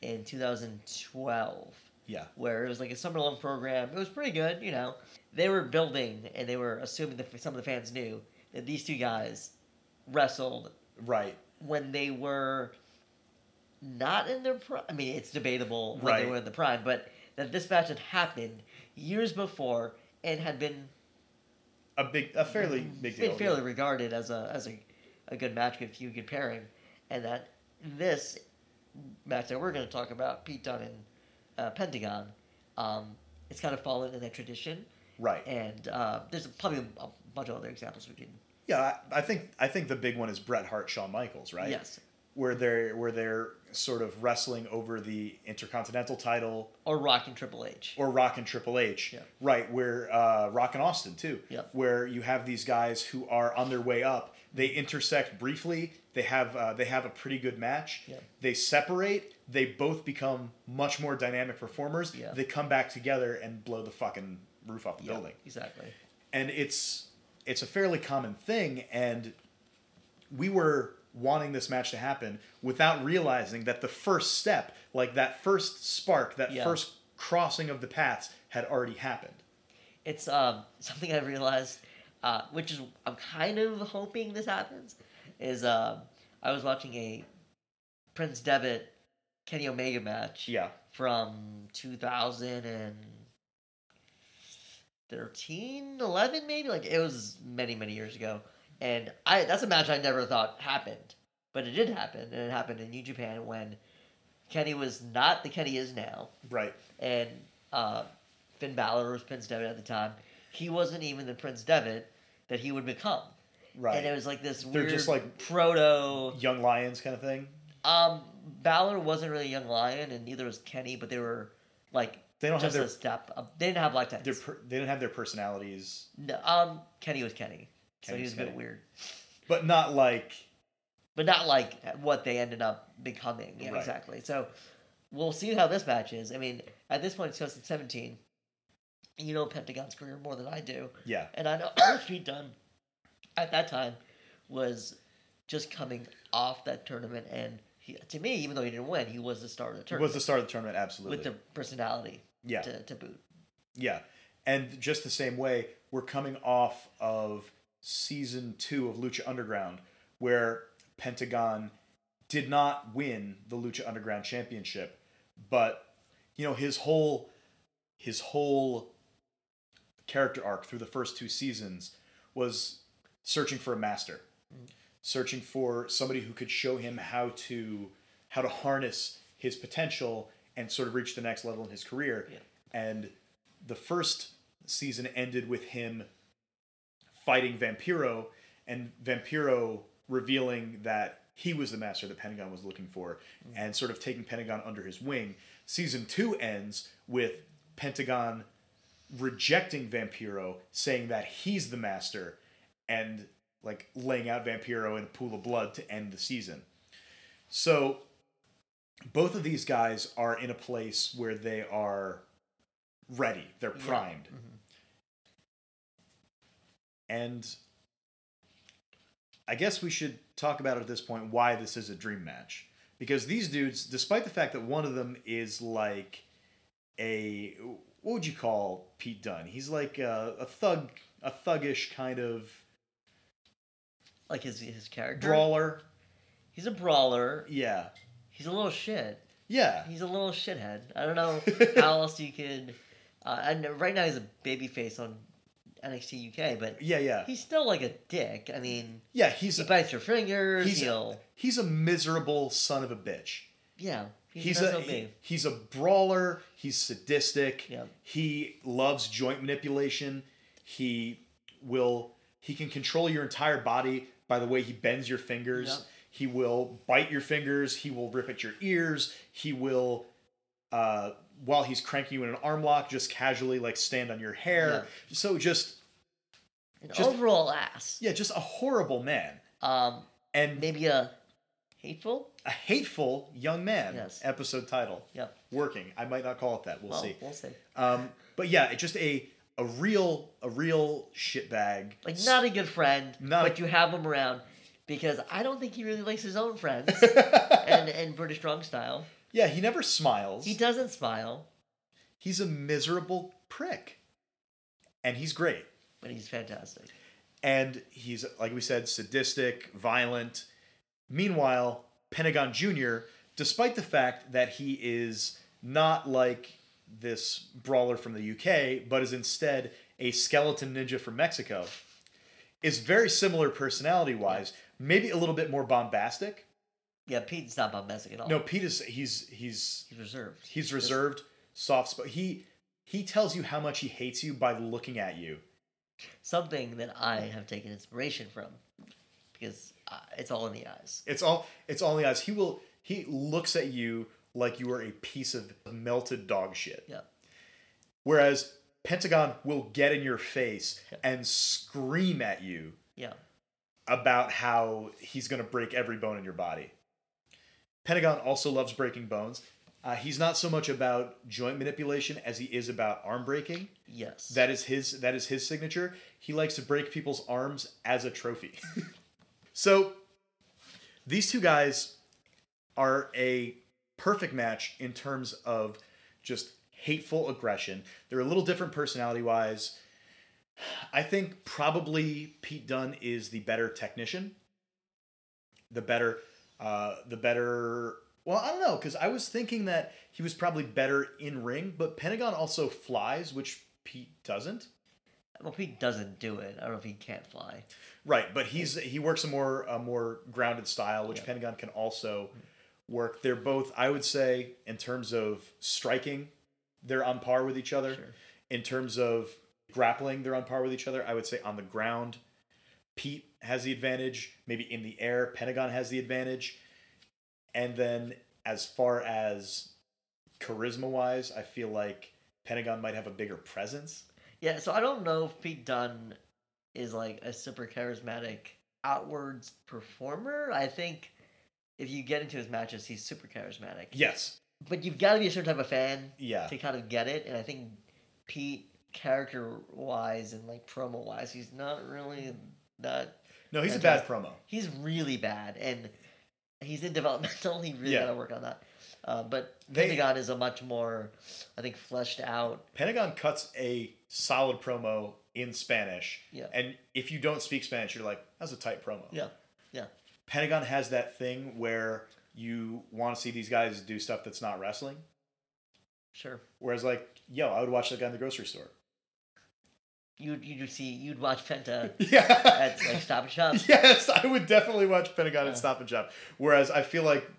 [SPEAKER 2] in 2012,
[SPEAKER 1] yeah
[SPEAKER 2] where it was like a summer long program. It was pretty good, you know. They were building and they were assuming that some of the fans knew that these two guys wrestled
[SPEAKER 1] right
[SPEAKER 2] when they were not in their prime. I mean, it's debatable when
[SPEAKER 1] Right.
[SPEAKER 2] they were in the prime, but that this match had happened years before and had been
[SPEAKER 1] a big a fairly big
[SPEAKER 2] been
[SPEAKER 1] deal
[SPEAKER 2] Mm-hmm. fairly regarded as a as a, a good match, good feud, good pairing, and that this match that we're going to talk about, Pete Dunne and uh, Pentagon, um, it's kind of fallen in that tradition,
[SPEAKER 1] right
[SPEAKER 2] and uh, there's probably a, a bunch of other examples we can
[SPEAKER 1] Yeah, I, I think I think the big one is Bret Hart, Shawn Michaels, right?
[SPEAKER 2] Yes.
[SPEAKER 1] Where they're where they're sort of wrestling over the Intercontinental title
[SPEAKER 2] Or Rock and Triple H.
[SPEAKER 1] or Rock and Triple H,
[SPEAKER 2] Yeah.
[SPEAKER 1] right? Where uh, Rock and Austin too,
[SPEAKER 2] Yep.
[SPEAKER 1] where you have these guys who are on their way up. They intersect briefly. They have uh, they have a pretty good match.
[SPEAKER 2] Yeah.
[SPEAKER 1] They separate. They both become much more dynamic performers.
[SPEAKER 2] Yeah.
[SPEAKER 1] They come back together and blow the fucking roof off the
[SPEAKER 2] Yeah,
[SPEAKER 1] building.
[SPEAKER 2] Exactly.
[SPEAKER 1] And it's it's a fairly common thing. And we were wanting this match to happen without realizing that the first step, like that first spark, that
[SPEAKER 2] Yeah.
[SPEAKER 1] first crossing of the paths, had already happened.
[SPEAKER 2] It's um, something I realized, uh, which is I'm kind of hoping this happens, is um, I was watching a Prince Devitt Kenny Omega match
[SPEAKER 1] Yeah.
[SPEAKER 2] from 2013, 11 maybe. Like it was many many years ago, and I that's a match I never thought happened, but it did happen, and it happened in New Japan when Kenny was not the Kenny is now.
[SPEAKER 1] Right.
[SPEAKER 2] and uh, Finn Balor was Prince Devitt at the time. He wasn't even the Prince Devitt that he would become.
[SPEAKER 1] Right.
[SPEAKER 2] And it was like this
[SPEAKER 1] They're
[SPEAKER 2] weird
[SPEAKER 1] just like-
[SPEAKER 2] proto.
[SPEAKER 1] Young Lions kind of thing.
[SPEAKER 2] Um, Balor wasn't really a young lion, and neither was Kenny, but they were like
[SPEAKER 1] They don't have
[SPEAKER 2] just
[SPEAKER 1] their
[SPEAKER 2] a step. Up. They didn't have black
[SPEAKER 1] their
[SPEAKER 2] tights.
[SPEAKER 1] per, they don't have their personalities,
[SPEAKER 2] No, um, Kenny was Kenny, so
[SPEAKER 1] Kenny
[SPEAKER 2] he
[SPEAKER 1] was
[SPEAKER 2] was a bit
[SPEAKER 1] Kenny.
[SPEAKER 2] weird,
[SPEAKER 1] but not like
[SPEAKER 2] but not like what they ended up becoming. Yeah,
[SPEAKER 1] Right.
[SPEAKER 2] Exactly. So we'll see how this match is. I mean, at this point, it's 2017. You know Pentagon's career more than I do.
[SPEAKER 1] yeah.
[SPEAKER 2] And I know Actually, Dunn at that time was just coming off that tournament, and he, to me, even though he didn't win, he was the star of
[SPEAKER 1] It
[SPEAKER 2] the
[SPEAKER 1] was
[SPEAKER 2] tournament
[SPEAKER 1] the start of the tournament absolutely.
[SPEAKER 2] with the personality
[SPEAKER 1] yeah.
[SPEAKER 2] to, to boot.
[SPEAKER 1] Yeah. And just the same way, we're coming off of season two of Lucha Underground, where Pentagon did not win the Lucha Underground championship, but you know, his whole his whole character arc through the first two seasons was searching for a master. Searching for somebody who could show him how to how to harness his potential and sort of reach the next level in his career.
[SPEAKER 2] Yeah.
[SPEAKER 1] And the first season ended with him fighting Vampiro and Vampiro revealing that he was the master that Pentagon was looking for and sort of taking Pentagon under his wing. Season 2 ends with Pentagon rejecting Vampiro, saying that he's the master and like laying out Vampiro in a pool of blood to end the season. So both of these guys are in a place where they are ready. They're
[SPEAKER 2] Yeah.
[SPEAKER 1] primed. And I guess we should talk about at this point why this is a dream match. Because these dudes, despite the fact that one of them is like a what would you call Pete Dunn? He's like a, a thug, a thuggish kind of
[SPEAKER 2] Like his his character,
[SPEAKER 1] brawler.
[SPEAKER 2] he's a brawler.
[SPEAKER 1] Yeah,
[SPEAKER 2] He's a little shit.
[SPEAKER 1] yeah,
[SPEAKER 2] He's a little shithead. I don't know how else you could. Uh, and right now he's a babyface on NXT UK, but
[SPEAKER 1] yeah, yeah,
[SPEAKER 2] he's still like a dick. I mean,
[SPEAKER 1] yeah. He's
[SPEAKER 2] he
[SPEAKER 1] a
[SPEAKER 2] bites your fingers.
[SPEAKER 1] he's a,
[SPEAKER 2] he'll
[SPEAKER 1] he's a miserable son of a bitch.
[SPEAKER 2] yeah.
[SPEAKER 1] He's
[SPEAKER 2] an
[SPEAKER 1] a
[SPEAKER 2] SOB.
[SPEAKER 1] he- he's a brawler. He's sadistic.
[SPEAKER 2] Yeah.
[SPEAKER 1] He loves joint manipulation. He will he can control your entire body by the way he bends your fingers.
[SPEAKER 2] Yeah.
[SPEAKER 1] He will bite your fingers. He will rip at your ears. He will uh, while he's cranking you in an arm lock, just casually like stand on your hair. So just
[SPEAKER 2] an
[SPEAKER 1] just-
[SPEAKER 2] overall ass.
[SPEAKER 1] yeah, just a horrible man
[SPEAKER 2] Um,
[SPEAKER 1] and
[SPEAKER 2] maybe a hateful.
[SPEAKER 1] a hateful young man.
[SPEAKER 2] Yes.
[SPEAKER 1] Episode title
[SPEAKER 2] Yep.
[SPEAKER 1] working. I might not call it that. We'll,
[SPEAKER 2] Well,
[SPEAKER 1] see.
[SPEAKER 2] we'll see.
[SPEAKER 1] Um, but yeah, it's just a a real a real shitbag.
[SPEAKER 2] Like not a good friend,
[SPEAKER 1] Not a-
[SPEAKER 2] but you have him around because I don't think he really likes his own friends. and and British strong style,
[SPEAKER 1] yeah, he never smiles.
[SPEAKER 2] he doesn't smile,
[SPEAKER 1] he's a miserable prick, and he's great.
[SPEAKER 2] but he's fantastic.
[SPEAKER 1] And he's like we said, sadistic, violent. Meanwhile, Pentagon Junior, despite the fact that he is not like this brawler from the UK, but is instead a skeleton ninja from Mexico, is very similar personality wise. Maybe a little bit more bombastic.
[SPEAKER 2] Yeah, Pete's not bombastic at all.
[SPEAKER 1] No, Pete is he's he's
[SPEAKER 2] Oh. he's reserved.
[SPEAKER 1] he's reserved, soft spot. He he tells you how much he hates you by looking at you,
[SPEAKER 2] something that I have taken inspiration from because uh, it's all in the eyes.
[SPEAKER 1] It's all it's all in the eyes. He will he looks at you like you are a piece of melted dog shit.
[SPEAKER 2] Yeah.
[SPEAKER 1] Whereas Pentagon will get in your face and scream at you
[SPEAKER 2] Yeah.
[SPEAKER 1] about how he's going to break every bone in your body. Pentagon also loves breaking bones. Uh, he's not so much about joint manipulation as he is about arm breaking.
[SPEAKER 2] Yes.
[SPEAKER 1] That is his that is his signature. He likes to break people's arms as a trophy. so these two guys are a perfect match in terms of just hateful aggression. They're a little different personality wise. I think probably Pete Dunn is the better technician. The better uh the better well, I don't know, because I was thinking that he was probably better in ring, but Pentagon also flies, which Pete doesn't.
[SPEAKER 2] well, he doesn't do it. I don't know if he can't fly.
[SPEAKER 1] Right, but he's he works a more a more grounded style, which
[SPEAKER 2] Yeah.
[SPEAKER 1] Pentagon can also work. They're both, I would say, in terms of striking, they're on par with each other.
[SPEAKER 2] Sure.
[SPEAKER 1] In terms of grappling, they're on par with each other. I would say on the ground, Pete has the advantage. Maybe in the air, Pentagon has the advantage. And then as far as charisma wise, I feel like Pentagon might have a bigger presence.
[SPEAKER 2] Yeah, so I don't know if Pete Dunn is like a super charismatic outwards performer. I think if you get into his matches, he's super charismatic.
[SPEAKER 1] Yes.
[SPEAKER 2] But you've got to be a certain type of fan
[SPEAKER 1] Yeah.
[SPEAKER 2] to kind of get it. And I think Pete, character wise and like promo wise, he's not really that.
[SPEAKER 1] No, he's a bad
[SPEAKER 2] Fantastic.
[SPEAKER 1] promo.
[SPEAKER 2] He's really bad, and he's in developmental. He really
[SPEAKER 1] Yeah.
[SPEAKER 2] got to work on that. Uh, but
[SPEAKER 1] They-
[SPEAKER 2] Pentagon is a much more, I think, fleshed out.
[SPEAKER 1] Pentagon cuts a solid promo in Spanish.
[SPEAKER 2] Yeah.
[SPEAKER 1] And if you don't speak Spanish, you're like, that's a tight promo.
[SPEAKER 2] Yeah, yeah,
[SPEAKER 1] Pentagon has that thing where you want to see these guys do stuff that's not wrestling.
[SPEAKER 2] sure.
[SPEAKER 1] Whereas, like, yo, I would watch that guy in the grocery store.
[SPEAKER 2] You you see you'd watch Penta
[SPEAKER 1] Yeah.
[SPEAKER 2] at like Stop and Shop.
[SPEAKER 1] yes, I would definitely watch Pentagon
[SPEAKER 2] Yeah.
[SPEAKER 1] at Stop and Shop. Whereas I feel like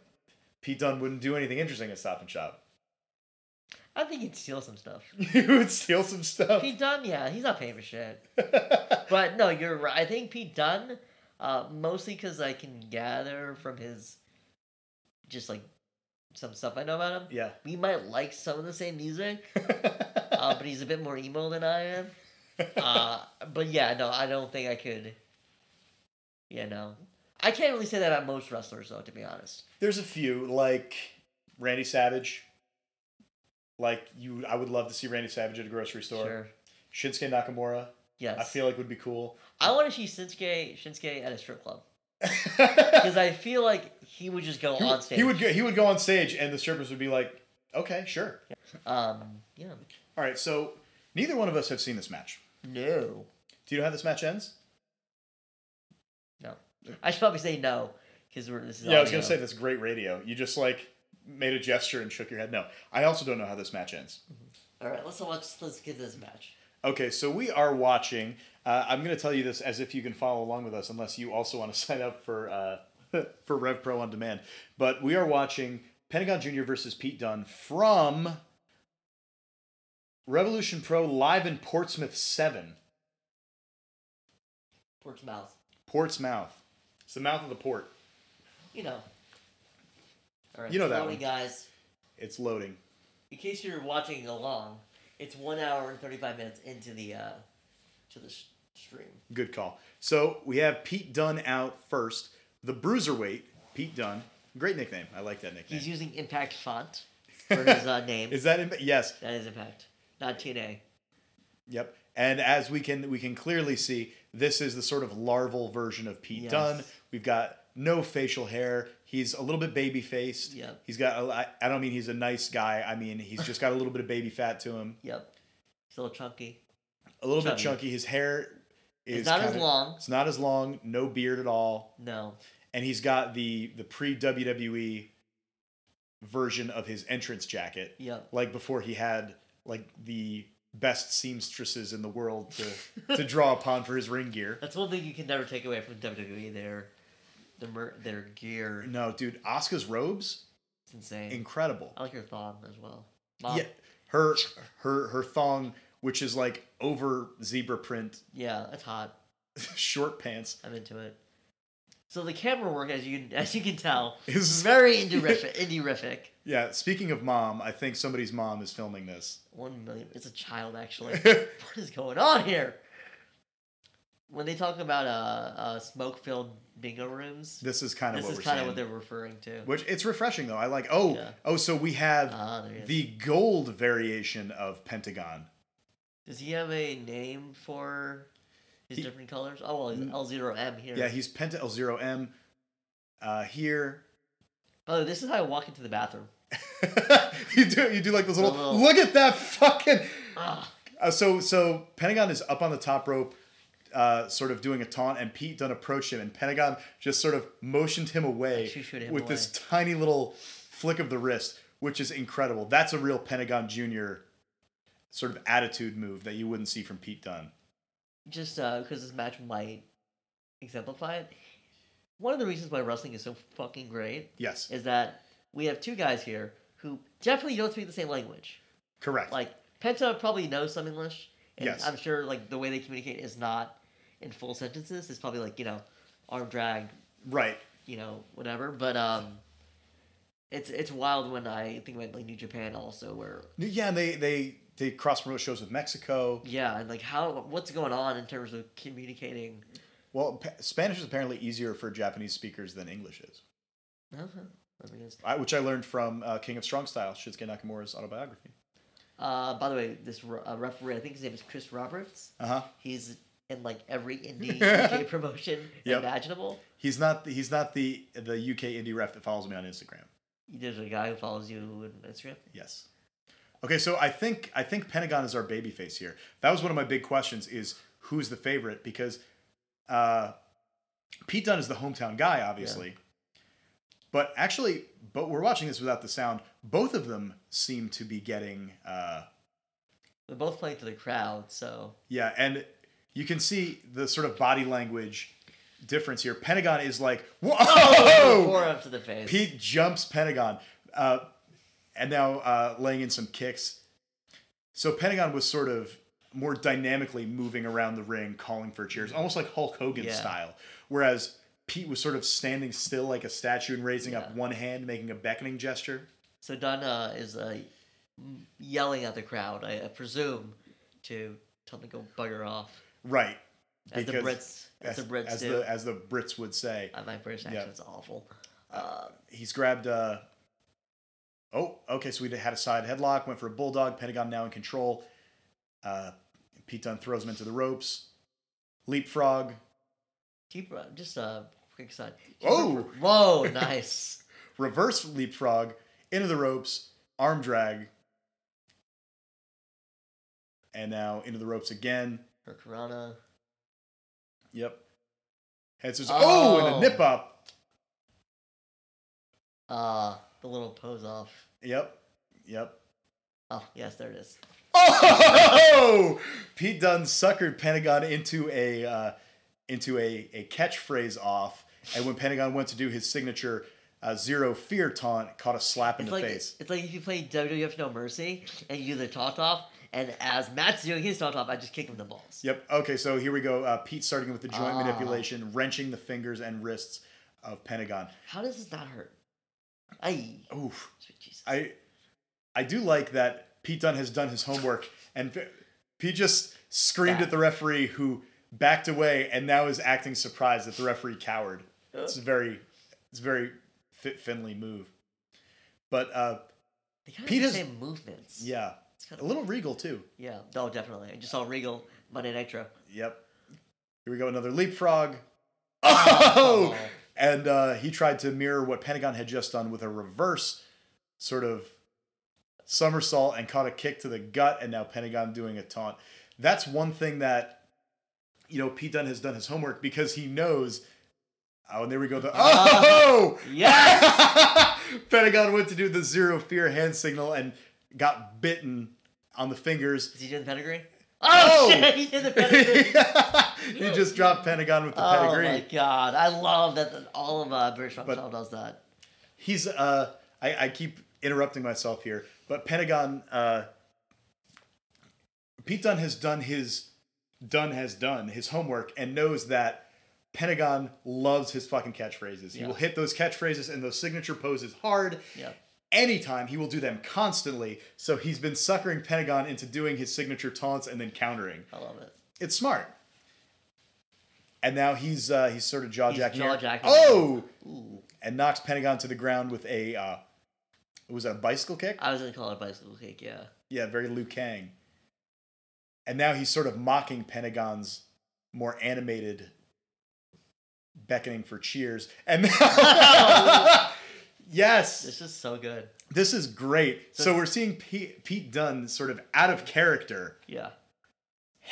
[SPEAKER 1] Pete Dunne wouldn't do anything interesting at Stop and Shop.
[SPEAKER 2] I think he'd steal some stuff.
[SPEAKER 1] He would steal some stuff.
[SPEAKER 2] Pete Dunn, yeah, he's not paying for shit. But no, you're right. I think Pete Dunn, uh, mostly because I can gather from his, just like, some stuff I know about him.
[SPEAKER 1] yeah.
[SPEAKER 2] We might like some of the same music, uh, but he's a bit more emo than I am. Uh, but yeah, no, I don't think I could. Yeah, no, I can't really say that about most wrestlers, though. To be honest,
[SPEAKER 1] There's a few like Randy Savage. Like you, I would love to see Randy Savage at a grocery store.
[SPEAKER 2] sure,
[SPEAKER 1] Shinsuke Nakamura,
[SPEAKER 2] yes,
[SPEAKER 1] I feel like would be cool.
[SPEAKER 2] I want to see Shinsuke Shinsuke at a strip club because I feel like he would just go on stage.
[SPEAKER 1] He would go, he would go on stage, and the strippers would be like, "Okay, sure."
[SPEAKER 2] Um, yeah,
[SPEAKER 1] All right, so neither one of us have seen this match.
[SPEAKER 2] no,
[SPEAKER 1] Do you know how this match ends?
[SPEAKER 2] no. I should probably say no because we're this is.
[SPEAKER 1] yeah, I was gonna say
[SPEAKER 2] audio.
[SPEAKER 1] that's great radio. You just like made a gesture and shook your head. No, I also don't know how this match ends.
[SPEAKER 2] All right, let's let's let's get this match.
[SPEAKER 1] Okay, so we are watching. Uh, I'm going to tell you this as if you can follow along with us, unless you also want to sign up for uh, for RevPro on demand. But we are watching Pentagon Junior versus Pete Dunne from Revolution Pro live in Portsmouth Seven,
[SPEAKER 2] Pork's mouth,
[SPEAKER 1] Portsmouth. It's the mouth of the port.
[SPEAKER 2] you know. All right,
[SPEAKER 1] You know that
[SPEAKER 2] slowly,
[SPEAKER 1] one.
[SPEAKER 2] guys.
[SPEAKER 1] It's loading.
[SPEAKER 2] in case you're watching along, it's one hour and thirty five minutes into the uh, to the sh- stream.
[SPEAKER 1] Good call. So we have Pete Dunne out first. The Bruiserweight, Pete Dunne. Great nickname. I like that nickname.
[SPEAKER 2] He's using Impact font for his uh, name.
[SPEAKER 1] Is that in- yes?
[SPEAKER 2] that is Impact, not TNA.
[SPEAKER 1] Yep. And as we can we can clearly see, this is the sort of larval version of Pete
[SPEAKER 2] Yes.
[SPEAKER 1] Dunn. We've got no facial hair. He's a little bit baby faced.
[SPEAKER 2] Yep.
[SPEAKER 1] He's got. A, I- I don't mean he's a nice guy. I mean he's just got a little bit of baby fat to him.
[SPEAKER 2] Yep, he's a little chunky.
[SPEAKER 1] A little bit
[SPEAKER 2] Chubby.
[SPEAKER 1] chunky. His hair is
[SPEAKER 2] It's not as
[SPEAKER 1] kinda-
[SPEAKER 2] long.
[SPEAKER 1] It's not as long. No beard at all.
[SPEAKER 2] No,
[SPEAKER 1] And he's got the the pre WWE version of his entrance jacket.
[SPEAKER 2] Yep.
[SPEAKER 1] Like before he had like the best seamstresses in the world to to draw upon for his ring gear.
[SPEAKER 2] that's one thing you can never take away from WWE. Their their mer- their gear,
[SPEAKER 1] No, dude, Asuka's robes
[SPEAKER 2] it's insane. Oh,
[SPEAKER 1] incredible.
[SPEAKER 2] I like your thong as well. Mom,
[SPEAKER 1] Yeah, her her her thong which is like over zebra print
[SPEAKER 2] Yeah, it's hot.
[SPEAKER 1] short pants.
[SPEAKER 2] I'm into it. So the camera work, as you can, as you can tell, is
[SPEAKER 1] Is
[SPEAKER 2] very indie-rific. indie-rific.
[SPEAKER 1] yeah. Speaking of mom, I think somebody's mom is filming this.
[SPEAKER 2] One million. It's a child, actually. what is going on here? When they talk about uh, uh, smoke-filled bingo rooms,
[SPEAKER 1] This is kind of
[SPEAKER 2] this
[SPEAKER 1] what
[SPEAKER 2] is
[SPEAKER 1] we're
[SPEAKER 2] kind
[SPEAKER 1] seeing.
[SPEAKER 2] of what they're referring to.
[SPEAKER 1] Which it's refreshing though. I like. Oh,
[SPEAKER 2] Yeah.
[SPEAKER 1] oh. So we have
[SPEAKER 2] Ah, there he is.
[SPEAKER 1] the gold variation of Pentagon.
[SPEAKER 2] Does he have a name for his
[SPEAKER 1] He-
[SPEAKER 2] different colors? Oh, well, he's L zero M here.
[SPEAKER 1] Yeah, he's Penta L zero M. Uh, here,
[SPEAKER 2] By the way, Oh, this is how I walk into the bathroom.
[SPEAKER 1] you do you do like those little.
[SPEAKER 2] little-
[SPEAKER 1] Look at that fucking.
[SPEAKER 2] Ah,
[SPEAKER 1] Uh, so so Pentagon is up on the top rope, uh, sort of doing a taunt, and Pete Dunne approached him, and Pentagon just sort of motioned him away
[SPEAKER 2] Like, shooed him
[SPEAKER 1] with this tiny little flick of the wrist, which is incredible. That's a real Pentagon Junior sort of attitude move that you wouldn't see from Pete Dunne.
[SPEAKER 2] just because this match might exemplify it. One of the reasons why wrestling is so fucking great
[SPEAKER 1] Yes,
[SPEAKER 2] is that we have two guys here who definitely don't speak the same language.
[SPEAKER 1] correct.
[SPEAKER 2] Like Penta probably knows some English, and
[SPEAKER 1] Yes.
[SPEAKER 2] I'm sure like the way they communicate is not in full sentences. It's probably like you know, arm drag,
[SPEAKER 1] right.
[SPEAKER 2] you know, whatever. But um, it's it's wild when I think about like New Japan also, where
[SPEAKER 1] Yeah, and they they they cross promote shows with Mexico.
[SPEAKER 2] yeah, and like how what's going on in terms of communicating.
[SPEAKER 1] Well, pa- Spanish is apparently easier for Japanese speakers than English is,
[SPEAKER 2] Uh-huh. I think it's-
[SPEAKER 1] I, which I learned from uh, King of Strong Style, Shinsuke Nakamura's autobiography.
[SPEAKER 2] Uh, by the way, this re- uh, referee, I think his name is Chris Roberts.
[SPEAKER 1] Uh huh.
[SPEAKER 2] He's in like every indie UK promotion
[SPEAKER 1] Yep.
[SPEAKER 2] imaginable.
[SPEAKER 1] He's not he's not the the UK indie ref that follows me on Instagram.
[SPEAKER 2] There's a guy who follows you on Instagram.
[SPEAKER 1] Yes. Okay, so I think I think Pentagon is our baby face here. That was one of my big questions: is who's the favorite? Because uh, Pete Dunne is the hometown guy, obviously. But actually, but we're watching this without the sound. Both of them seem to be getting uh,
[SPEAKER 2] They're both playing to the crowd, so
[SPEAKER 1] yeah, and you can see the sort of body language difference here. Pentagon is like whoa. Oh,
[SPEAKER 2] four up to the face.
[SPEAKER 1] Pete jumps Pentagon, uh, and now uh, laying in some kicks. So Pentagon was sort of more dynamically moving around the ring, calling for cheers, almost like Hulk Hogan
[SPEAKER 2] Yeah.
[SPEAKER 1] style. Whereas Pete was sort of standing still like a statue and raising up
[SPEAKER 2] Yeah.
[SPEAKER 1] one hand, making a beckoning gesture.
[SPEAKER 2] So Donna is uh, yelling at the crowd, I, I presume, to tell them to go bugger off.
[SPEAKER 1] Right.
[SPEAKER 2] As the Brits, as, the Brits
[SPEAKER 1] as
[SPEAKER 2] do.
[SPEAKER 1] the as the Brits would say,
[SPEAKER 2] Uh, my British
[SPEAKER 1] Yeah.
[SPEAKER 2] accent's awful. Uh,
[SPEAKER 1] he's grabbed. Uh, oh, okay. So we had a side headlock, went for a bulldog. Pentagon now in control. Uh, Pete Dunne throws him into the ropes. Leapfrog.
[SPEAKER 2] keep uh, just a quick side.
[SPEAKER 1] Oh!
[SPEAKER 2] whoa, nice.
[SPEAKER 1] reverse leapfrog into the ropes, arm drag, and now into the ropes again.
[SPEAKER 2] Her Karana.
[SPEAKER 1] Yep. Head scissors. Oh, and
[SPEAKER 2] Oh.
[SPEAKER 1] a nip up.
[SPEAKER 2] Uh, the little pose off.
[SPEAKER 1] Yep. Yep.
[SPEAKER 2] Oh, yes, there it is.
[SPEAKER 1] Oh! Pete Dunne suckered Pentagon into a uh, into a, a catchphrase off, and when Pentagon went to do his signature uh, zero fear taunt, caught a slap in
[SPEAKER 2] It's
[SPEAKER 1] the
[SPEAKER 2] like
[SPEAKER 1] face.
[SPEAKER 2] it's like if you play WWF No Mercy and you do the taunt off, and as Matt's doing his taunt off, I just kick him in the balls.
[SPEAKER 1] Yep. Okay, so here we go. Uh, Pete starting with the joint
[SPEAKER 2] Ah.
[SPEAKER 1] manipulation, wrenching the fingers and wrists of Pentagon.
[SPEAKER 2] How does this not hurt? I
[SPEAKER 1] Oof.
[SPEAKER 2] sweet Jesus.
[SPEAKER 1] I I do like that Pete Dunn has done his homework and P- Pete just screamed
[SPEAKER 2] Back.
[SPEAKER 1] at the referee who backed away and now is acting surprised that the referee cowered. It's a very it's a very fit Finley move. But uh
[SPEAKER 2] They kind of
[SPEAKER 1] Pete
[SPEAKER 2] have
[SPEAKER 1] has-
[SPEAKER 2] the same movements.
[SPEAKER 1] yeah,
[SPEAKER 2] It's kind
[SPEAKER 1] a
[SPEAKER 2] of,
[SPEAKER 1] little regal too.
[SPEAKER 2] yeah. Oh, definitely. I just saw Regal Monday Nitro.
[SPEAKER 1] Yep. Here we go another leapfrog. Oh!
[SPEAKER 2] Oh.
[SPEAKER 1] And uh, he tried to mirror what Pentagon had just done with a reverse sort of somersault and caught a kick to the gut, and now Pentagon doing a taunt. That's one thing that, you know, Pete Dunne has done his homework because he knows. Oh, and there we go. The, oh!
[SPEAKER 2] Yes.
[SPEAKER 1] Pentagon went to do the zero fear hand signal and got bitten on the fingers.
[SPEAKER 2] Is he doing the pedigree?
[SPEAKER 1] Oh!
[SPEAKER 2] Oh, shit! He did the pedigree.
[SPEAKER 1] he just dropped Pentagon with the
[SPEAKER 2] oh
[SPEAKER 1] pedigree.
[SPEAKER 2] my god! I love that that all of uh, British Rock
[SPEAKER 1] But-
[SPEAKER 2] Style does that.
[SPEAKER 1] he's uh I, I keep interrupting myself here but pentagon uh Pete Dunne has done his Dunn has done his homework and knows that Pentagon loves his fucking catchphrases. He
[SPEAKER 2] Yeah.
[SPEAKER 1] will hit those catchphrases and those signature poses hard
[SPEAKER 2] Yeah.
[SPEAKER 1] anytime. He will do them constantly. So he's been suckering Pentagon into doing his signature taunts and then countering.
[SPEAKER 2] I love it.
[SPEAKER 1] It's smart. And now he's uh, he's sort of jaw
[SPEAKER 2] He's
[SPEAKER 1] jacking.
[SPEAKER 2] jaw-jacking.
[SPEAKER 1] Oh!
[SPEAKER 2] Ooh.
[SPEAKER 1] And knocks Pentagon to the ground with a uh, was that a bicycle kick?
[SPEAKER 2] I was gonna call it bicycle kick. Yeah.
[SPEAKER 1] Yeah, very Liu Kang. And now he's sort of mocking Pentagon's more animated beckoning for cheers. And yes,
[SPEAKER 2] This is so good.
[SPEAKER 1] this is great. So we're seeing Pete, Pete Dunn sort of out of character,
[SPEAKER 2] Yeah.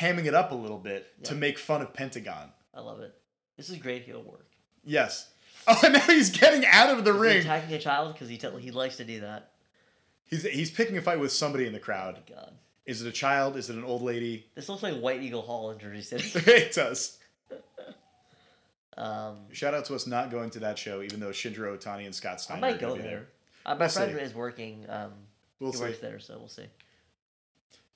[SPEAKER 1] hamming it up a little bit to
[SPEAKER 2] Yeah.
[SPEAKER 1] make fun of Pentagon.
[SPEAKER 2] I love it. This is great heel work.
[SPEAKER 1] Yes. Oh, and now he's getting out of the
[SPEAKER 2] Is he
[SPEAKER 1] ring.
[SPEAKER 2] attacking a child because he tell he likes to do that.
[SPEAKER 1] He's he's picking a fight with somebody in the crowd.
[SPEAKER 2] God.
[SPEAKER 1] Is it a child? Is it an old lady?
[SPEAKER 2] This looks like White Eagle Hall in Jersey City.
[SPEAKER 1] it does.
[SPEAKER 2] Um,
[SPEAKER 1] Shout out to us not going to that show, even though Shinjiro Otani and Scott Steiner
[SPEAKER 2] I might
[SPEAKER 1] are gonna be
[SPEAKER 2] go there. Uh, my
[SPEAKER 1] We'll
[SPEAKER 2] friend
[SPEAKER 1] see.
[SPEAKER 2] is working. Um,
[SPEAKER 1] We'll
[SPEAKER 2] he
[SPEAKER 1] see.
[SPEAKER 2] works there, so we'll see.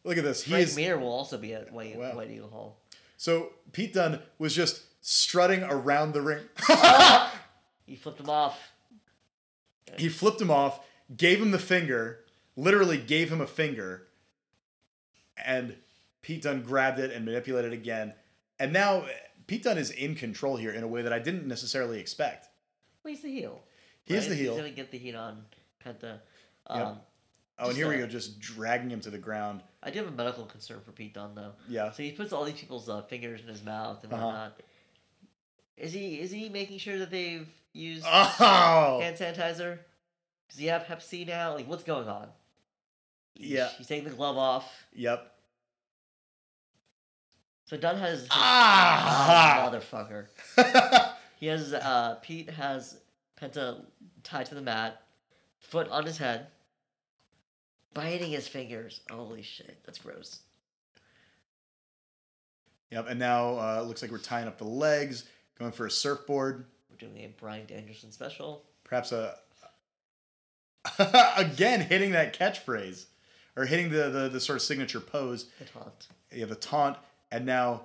[SPEAKER 1] Look at this. He
[SPEAKER 2] Frank
[SPEAKER 1] is,
[SPEAKER 2] Mir will also be at White,
[SPEAKER 1] Wow.
[SPEAKER 2] White Eagle Hall.
[SPEAKER 1] so Pete Dunn was just strutting around the ring.
[SPEAKER 2] He flipped him off.
[SPEAKER 1] he flipped him off, gave him the finger, literally gave him a finger, and Pete Dunn grabbed it and manipulated it again. And now eh, Pete Dunn is in control here in a way that I didn't necessarily expect.
[SPEAKER 2] Well, he's the heel.
[SPEAKER 1] He is the heel.
[SPEAKER 2] He's gonna get the heat on Penta. Um,
[SPEAKER 1] Oh, and
[SPEAKER 2] Just
[SPEAKER 1] here we
[SPEAKER 2] a-
[SPEAKER 1] go, just dragging him to the ground.
[SPEAKER 2] I do have a medical concern for Pete Dunne though.
[SPEAKER 1] Yeah.
[SPEAKER 2] So he puts all these people's uh, fingers in his mouth and
[SPEAKER 1] Uh-huh.
[SPEAKER 2] whatnot. Is he is he making sure that they've used
[SPEAKER 1] Oh,
[SPEAKER 2] hand sanitizer? Does he have Hep C now? Like, what's going on? He's-
[SPEAKER 1] Yeah.
[SPEAKER 2] He's taking the glove off.
[SPEAKER 1] yep.
[SPEAKER 2] So Dunn has.
[SPEAKER 1] Ah!
[SPEAKER 2] Ah, motherfucker. He has uh, Pete has Penta tied to the mat, foot on his head, biting his fingers. Holy shit, that's gross.
[SPEAKER 1] Yep, and now uh, it looks like we're tying up the legs, going for a surfboard,
[SPEAKER 2] We're doing a Brian Anderson special.
[SPEAKER 1] perhaps a again hitting that catchphrase or hitting the, the the sort of signature pose.
[SPEAKER 2] The taunt.
[SPEAKER 1] You have a taunt, and now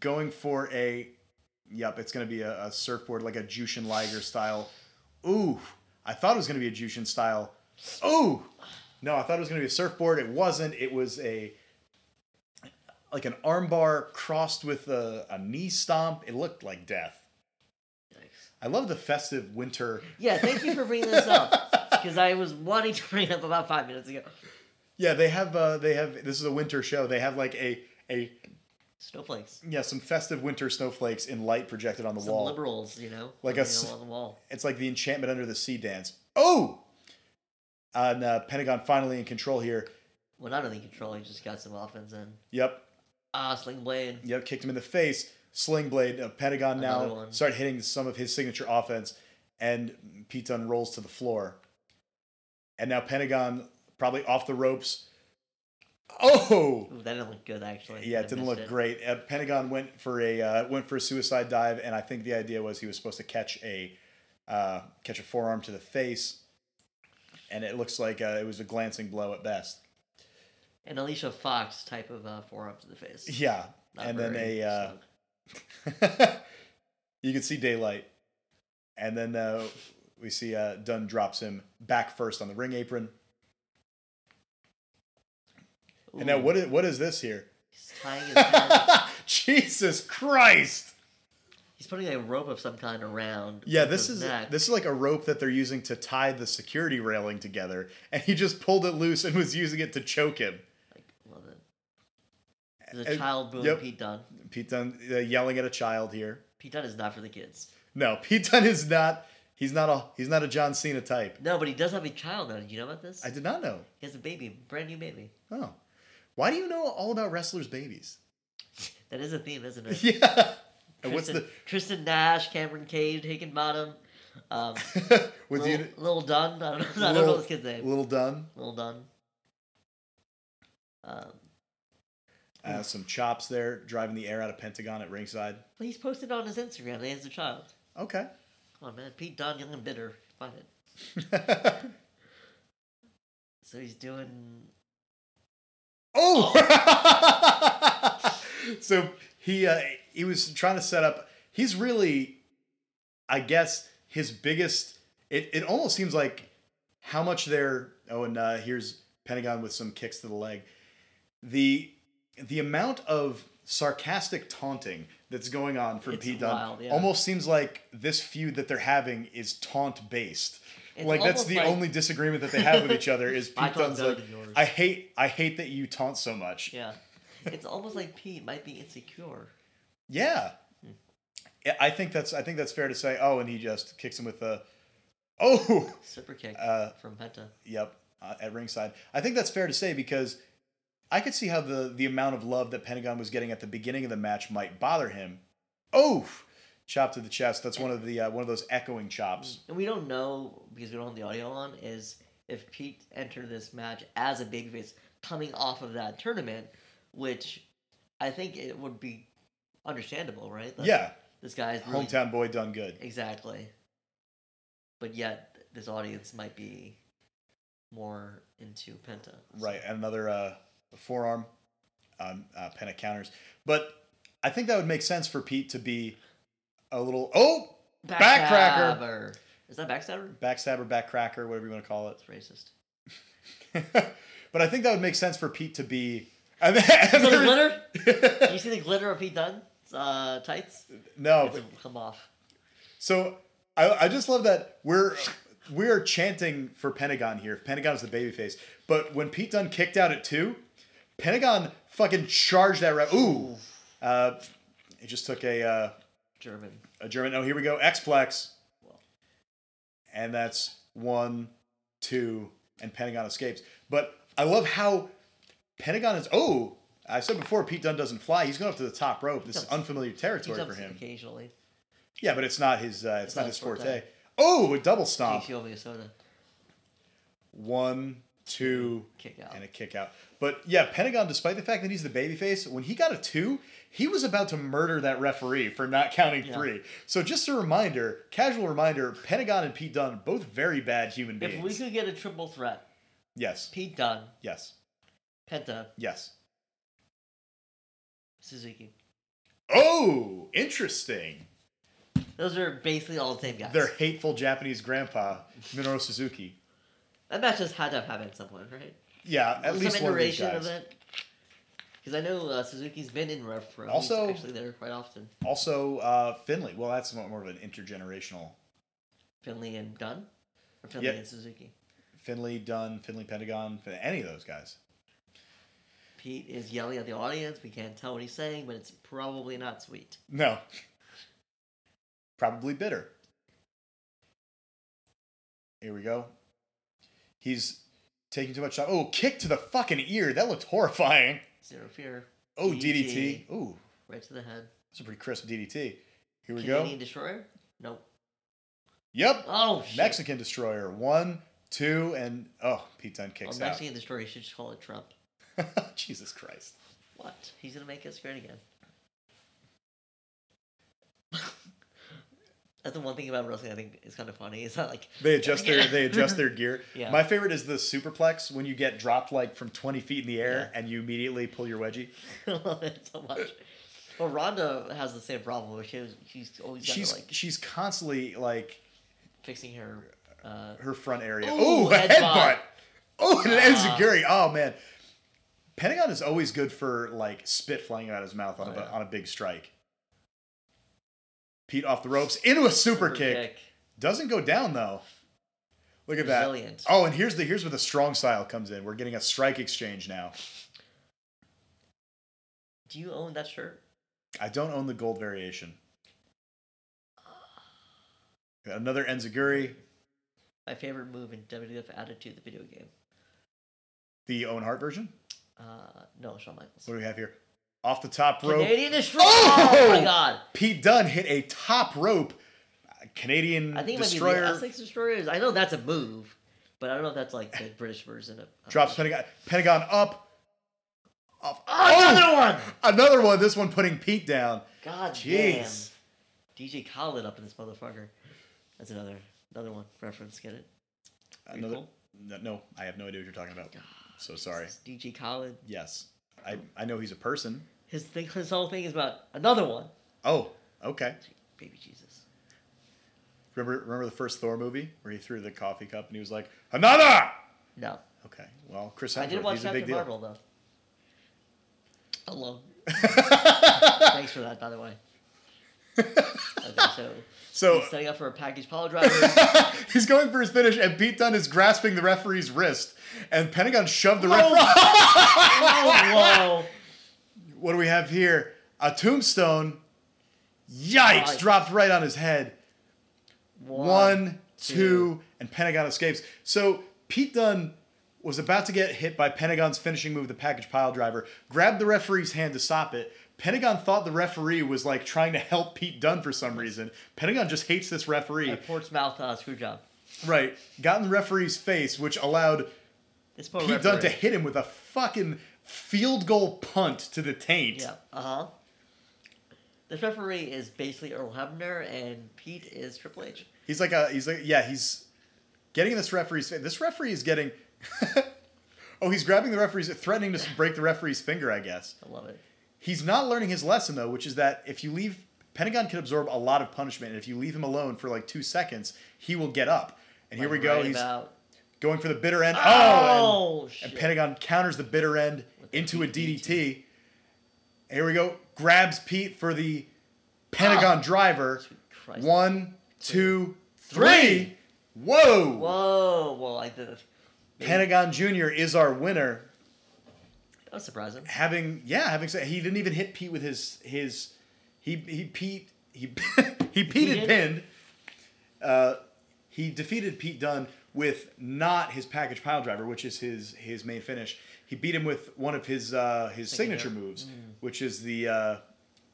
[SPEAKER 1] going for a yep, it's going to be a, a surfboard like a Jushin Liger style. Ooh, I thought it was going to be a Jushin style. Ooh, no, I thought it was going to be a surfboard. It wasn't. It was a like an armbar crossed with a, a knee stomp. It looked like death.
[SPEAKER 2] Yikes.
[SPEAKER 1] I love the festive winter.
[SPEAKER 2] Yeah, thank you for bringing this up because I was wanting to bring it up about five minutes ago.
[SPEAKER 1] Yeah, they have uh they have this is a winter show. They have like a a
[SPEAKER 2] Snowflakes.
[SPEAKER 1] yeah, some festive winter snowflakes in light projected on the
[SPEAKER 2] Some
[SPEAKER 1] wall.
[SPEAKER 2] liberals, you know,
[SPEAKER 1] Like a
[SPEAKER 2] you know,
[SPEAKER 1] s-
[SPEAKER 2] on the wall.
[SPEAKER 1] It's like the enchantment under the sea dance. Oh! And uh, Pentagon finally in control here.
[SPEAKER 2] Well, not really control. He just got some offense in.
[SPEAKER 1] Yep,
[SPEAKER 2] Ah, Sling Blade.
[SPEAKER 1] yep, kicked him in the face. Sling blade. Uh, Pentagon
[SPEAKER 2] Another
[SPEAKER 1] now
[SPEAKER 2] one.
[SPEAKER 1] start hitting some of his signature offense, and Pete Dunne rolls to the floor. And now Pentagon probably off the ropes. Oh!
[SPEAKER 2] Ooh, that didn't look good actually.
[SPEAKER 1] Yeah,
[SPEAKER 2] I
[SPEAKER 1] it didn't
[SPEAKER 2] missed
[SPEAKER 1] look
[SPEAKER 2] it.
[SPEAKER 1] great. Uh, Pentagon went for a uh, went for a suicide dive, and I think the idea was he was supposed to catch a uh, catch a forearm to the face, and it looks like uh, it was a glancing blow at best.
[SPEAKER 2] An Alicia Fox type of uh, forearm to the face.
[SPEAKER 1] Yeah,
[SPEAKER 2] Not
[SPEAKER 1] and then
[SPEAKER 2] very
[SPEAKER 1] a uh,
[SPEAKER 2] snug.
[SPEAKER 1] you can see daylight, and then uh, we see uh, Dunn drops him back first on the ring apron. And now
[SPEAKER 2] Ooh,
[SPEAKER 1] what is, what is this here?
[SPEAKER 2] He's tying his hand.
[SPEAKER 1] Jesus Christ!
[SPEAKER 2] he's putting a rope of some kind around.
[SPEAKER 1] Yeah,
[SPEAKER 2] Penta's
[SPEAKER 1] this is
[SPEAKER 2] neck.
[SPEAKER 1] this is like a rope that they're using to tie the security railing together, and he just pulled it loose and was using it to choke him.
[SPEAKER 2] I love it. There's a
[SPEAKER 1] and-
[SPEAKER 2] child booing
[SPEAKER 1] yep.
[SPEAKER 2] Pete Dunn.
[SPEAKER 1] Pete Dunn uh, yelling at a child here.
[SPEAKER 2] Pete Dunn is not for the kids.
[SPEAKER 1] No, Pete Dunn is not. He's not a he's not a John Cena type.
[SPEAKER 2] No, but he does have a child now. Did you know about this?
[SPEAKER 1] I did not know.
[SPEAKER 2] He has a baby, brand new baby.
[SPEAKER 1] Oh, why do you know all about wrestlers' babies?
[SPEAKER 2] That is a theme, isn't it?
[SPEAKER 1] Yeah. And what's
[SPEAKER 2] Tristan,
[SPEAKER 1] the
[SPEAKER 2] Tristan Nash, Cameron Cage, Higginbottom, um,
[SPEAKER 1] with
[SPEAKER 2] Lil,
[SPEAKER 1] you?
[SPEAKER 2] Lil Dunn. I don't know. I don't know
[SPEAKER 1] Lil-
[SPEAKER 2] this kid's name.
[SPEAKER 1] Little Dunn,
[SPEAKER 2] Lil Dunn. Um,
[SPEAKER 1] uh, some chops there, driving the air out of Pentagon at ringside.
[SPEAKER 2] but he's posted on his Instagram. He has a child.
[SPEAKER 1] Okay.
[SPEAKER 2] Come on, man. Pete Dunn, young and bitter. Find it. So he's doing.
[SPEAKER 1] Oh! so he uh, he was trying to set up. He's really, I guess, his biggest. It it almost seems like how much they're. Oh, and uh, here's Pentagon with some kicks to the leg. The the amount of sarcastic taunting that's going on from
[SPEAKER 2] It's
[SPEAKER 1] Pete Dunne
[SPEAKER 2] wild, yeah.
[SPEAKER 1] almost seems like this feud that they're having is taunt based.
[SPEAKER 2] It's
[SPEAKER 1] like that's
[SPEAKER 2] almost
[SPEAKER 1] the
[SPEAKER 2] like-
[SPEAKER 1] only disagreement that they have with each other is
[SPEAKER 2] I
[SPEAKER 1] Pete
[SPEAKER 2] taunt
[SPEAKER 1] Dunne's
[SPEAKER 2] better
[SPEAKER 1] like,
[SPEAKER 2] than yours.
[SPEAKER 1] I hate I hate that you taunt so much.
[SPEAKER 2] Yeah. It's almost like Pete might be insecure.
[SPEAKER 1] Yeah. I- I think that's I think that's fair to say. Oh, and he just kicks him with a Oh,
[SPEAKER 2] Super kick
[SPEAKER 1] Uh,
[SPEAKER 2] from Penta.
[SPEAKER 1] yep, uh, at ringside. I think that's fair to say because I could see how the the amount of love that Pentagon was getting at the beginning of the match might bother him. Oh, chop to the chest. That's one of the uh, one of those echoing chops.
[SPEAKER 2] And we don't know because we don't have the audio on is if Pete entered this match as a babyface coming off of that tournament, which I think it would be understandable, right? That
[SPEAKER 1] Yeah,
[SPEAKER 2] This guy's Mm. really
[SPEAKER 1] hometown boy done good.
[SPEAKER 2] exactly. But yet this audience might be more into Penta.
[SPEAKER 1] Right, and another uh, forearm um, uh, pen of counters. But I think that would make sense for Pete to be a little oh Backcracker.
[SPEAKER 2] Backstabber. Is that backstabber?
[SPEAKER 1] backstabber, backcracker, whatever you want to call
[SPEAKER 2] That's racist.
[SPEAKER 1] it. but I think that would make sense for Pete to be. And then-
[SPEAKER 2] So the glitter? you see the glitter of Pete Dunne's uh, tights?
[SPEAKER 1] no,
[SPEAKER 2] It's come off.
[SPEAKER 1] so I, I just love that we're we are chanting for Pentagon here. Pentagon is the babyface, but when Pete Dunne kicked out at two, Pentagon fucking charged that ref. Ooh, uh, it just took a. Uh,
[SPEAKER 2] German.
[SPEAKER 1] a German. Oh, here we go. Xplex. And that's one, two, and Pentagon escapes. But I love how Pentagon is. Oh, I said before, Pete Dunn doesn't fly. He's going up to the top rope. This is
[SPEAKER 2] jumps-
[SPEAKER 1] unfamiliar
[SPEAKER 2] He
[SPEAKER 1] territory for
[SPEAKER 2] jumps
[SPEAKER 1] him.
[SPEAKER 2] occasionally.
[SPEAKER 1] Yeah, but it's not his. Uh, it's, not, his forte. Oh, a double stomp.
[SPEAKER 2] TCO Minnesota.
[SPEAKER 1] One, two,
[SPEAKER 2] Kick out.
[SPEAKER 1] and a kick out. But yeah, Pentagon, despite the fact that he's the babyface, when he got a two, he was about to murder that referee for not counting
[SPEAKER 2] Yeah.
[SPEAKER 1] three. So just a reminder, casual reminder, Pentagon and Pete Dunne, both very bad human
[SPEAKER 2] If
[SPEAKER 1] beings.
[SPEAKER 2] we could get a triple threat,
[SPEAKER 1] yes,
[SPEAKER 2] Pete Dunne,
[SPEAKER 1] yes,
[SPEAKER 2] Penta,
[SPEAKER 1] yes.
[SPEAKER 2] Suzuki.
[SPEAKER 1] Oh, interesting.
[SPEAKER 2] Those are basically all the same guys.
[SPEAKER 1] Their hateful Japanese grandpa, Minoru Suzuki.
[SPEAKER 2] That match just had to have happened at some point, right?
[SPEAKER 1] Yeah, at
[SPEAKER 2] Some
[SPEAKER 1] least one of these
[SPEAKER 2] iteration
[SPEAKER 1] guys.
[SPEAKER 2] of it. Because I know uh, Suzuki's been in Rev Pro. He's
[SPEAKER 1] Also-
[SPEAKER 2] actually there quite often.
[SPEAKER 1] Also, uh, Finley. Well, that's more of an intergenerational.
[SPEAKER 2] Finley and Dunn? Or Finley
[SPEAKER 1] Yeah.
[SPEAKER 2] and Suzuki?
[SPEAKER 1] Finley Dunn, Finley Pentagon, Fin- any of those guys.
[SPEAKER 2] Pete is yelling at the audience. We can't tell what he's saying, but it's probably not sweet.
[SPEAKER 1] No. Probably bitter. Here we go. He's taking too much time. Oh, kick to the fucking ear. That looked horrifying.
[SPEAKER 2] Zero fear.
[SPEAKER 1] Oh, DDT.
[SPEAKER 2] DDT.
[SPEAKER 1] Ooh,
[SPEAKER 2] Right to the head.
[SPEAKER 1] that's a pretty crisp DDT. Here we
[SPEAKER 2] Canadian
[SPEAKER 1] go.
[SPEAKER 2] Destroyer? Nope.
[SPEAKER 1] Yep.
[SPEAKER 2] Oh, shit.
[SPEAKER 1] Mexican Destroyer. One, two, and oh, Pete Dunne
[SPEAKER 2] Well,
[SPEAKER 1] kicks out.
[SPEAKER 2] Mexican Destroyer you should just call it Trump.
[SPEAKER 1] Jesus Christ.
[SPEAKER 2] What? He's gonna make us great again. That's the one thing about wrestling I think is kind of funny. Is that like
[SPEAKER 1] They adjust their they adjust their gear.
[SPEAKER 2] Yeah.
[SPEAKER 1] My favorite is the superplex when you get dropped like from twenty feet in the air and you immediately pull your wedgie.
[SPEAKER 2] I love it so much. Well, Rhonda has the same problem. Where she was, she's always got
[SPEAKER 1] She's
[SPEAKER 2] to, like
[SPEAKER 1] she's constantly like
[SPEAKER 2] fixing her. Uh,
[SPEAKER 1] her front area.
[SPEAKER 2] Ooh,
[SPEAKER 1] Oh, a
[SPEAKER 2] headbutt.
[SPEAKER 1] headbutt. Oh, and an
[SPEAKER 2] Ah.
[SPEAKER 1] enziguri. Oh man, Pentagon is always good for like spit flying out of his mouth on,
[SPEAKER 2] Oh,
[SPEAKER 1] a,
[SPEAKER 2] yeah.
[SPEAKER 1] on a big strike. Pete off the ropes into a super, kick. Doesn't go down though. Look at that.
[SPEAKER 2] Resilient.
[SPEAKER 1] Oh, and here's the here's where the strong style comes in. We're getting a strike exchange now.
[SPEAKER 2] Do you own that shirt?
[SPEAKER 1] I don't own the gold variation. Another enziguri.
[SPEAKER 2] My favorite move in WWF Attitude, the video game.
[SPEAKER 1] The Owen Hart version.
[SPEAKER 2] Uh, no, Shawn Michaels.
[SPEAKER 1] What do we have here? Off the top rope.
[SPEAKER 2] Canadian Destroyer.
[SPEAKER 1] Oh!
[SPEAKER 2] oh my god!
[SPEAKER 1] Pete Dunne hit a top rope Canadian
[SPEAKER 2] I think it
[SPEAKER 1] destroyer.
[SPEAKER 2] might be the Essex Destroyers. I know that's a move, but I don't know if that's like the British version of of-
[SPEAKER 1] drops Pentagon. Pentagon up. Off.
[SPEAKER 2] Oh, another one!
[SPEAKER 1] Another one. This one putting Pete down.
[SPEAKER 2] God
[SPEAKER 1] Jeez.
[SPEAKER 2] damn! DJ Khaled up in this motherfucker. That's another another one reference. Get it?
[SPEAKER 1] Another.
[SPEAKER 2] Cool.
[SPEAKER 1] No, no, I have no idea what you're talking about.
[SPEAKER 4] So sorry.
[SPEAKER 2] It's DG Collin.
[SPEAKER 1] Yes, I I know he's a person.
[SPEAKER 2] His thing, his whole thing is about another one.
[SPEAKER 1] Oh, okay.
[SPEAKER 2] Baby Jesus.
[SPEAKER 1] Remember remember the first Thor movie where he threw the coffee cup and he was like Hanada.
[SPEAKER 2] No,
[SPEAKER 1] Okay, well Chris
[SPEAKER 2] I did
[SPEAKER 1] Hemsworth,
[SPEAKER 2] watch
[SPEAKER 1] he's a big
[SPEAKER 2] Captain
[SPEAKER 1] deal.
[SPEAKER 2] Marvel though. Alone. Thanks for that, by the way. Okay, so
[SPEAKER 1] So
[SPEAKER 2] he's setting up for a package pile driver.
[SPEAKER 1] he's going for his finish, and Pete Dunne is grasping the referee's wrist, and Pentagon shoved the referee.
[SPEAKER 2] oh, whoa!
[SPEAKER 1] What do we have here? A tombstone. Yikes!
[SPEAKER 2] Yikes.
[SPEAKER 1] Dropped right on his head.
[SPEAKER 2] One.
[SPEAKER 1] One, two,
[SPEAKER 2] two.
[SPEAKER 1] and Pentagon escapes. So Pete Dunne was about to get hit by Pentagon's finishing move, the package pile driver, grabbed the referee's hand to stop it. Pentagon thought the referee was like trying to help Pete Dunne for some reason. Pentagon just hates this referee.
[SPEAKER 2] A Portsmouth uh, screw job.
[SPEAKER 1] Right. Got in the referee's face, which allowed
[SPEAKER 2] This poor
[SPEAKER 1] Pete Dunne to hit him with a fucking field goal punt to the taint.
[SPEAKER 2] Yeah. Uh huh. This referee is basically Earl Hebner, and Pete is Triple H.
[SPEAKER 1] He's like a he's like yeah, he's getting in this referee's face. This referee is getting Oh, he's grabbing the referee's threatening to break the referee's finger, I guess.
[SPEAKER 2] I love it.
[SPEAKER 1] He's not learning his lesson though, which is that if you leave Pentagon can absorb a lot of punishment, and if you leave him alone for like two seconds, he will get up. And here we
[SPEAKER 2] Like,
[SPEAKER 1] go.
[SPEAKER 2] right
[SPEAKER 1] he's
[SPEAKER 2] about-
[SPEAKER 1] going for the bitter end. Oh, and-
[SPEAKER 2] Oh,
[SPEAKER 1] and,
[SPEAKER 2] shit.
[SPEAKER 1] Pentagon counters the bitter end
[SPEAKER 2] With the E
[SPEAKER 1] into a
[SPEAKER 2] DDT.
[SPEAKER 1] DDT. Here we go. Grabs Pete for the Pentagon driver.
[SPEAKER 2] Sweet Ah! Christ.
[SPEAKER 1] One, two, three.
[SPEAKER 2] Three.
[SPEAKER 1] Whoa.
[SPEAKER 2] Whoa! Well, I did.
[SPEAKER 1] Pentagon Jr. is our winner.
[SPEAKER 2] That was surprising.
[SPEAKER 1] Having yeah, having said he didn't even hit Pete with his his he he Pete he he Pete
[SPEAKER 2] Peated?
[SPEAKER 1] and pinned. Uh, he defeated Pete Dunn with not his package pile driver, which is his his main finish. He beat him with one of his uh, his signature moves,
[SPEAKER 2] Mm.
[SPEAKER 1] which is the uh,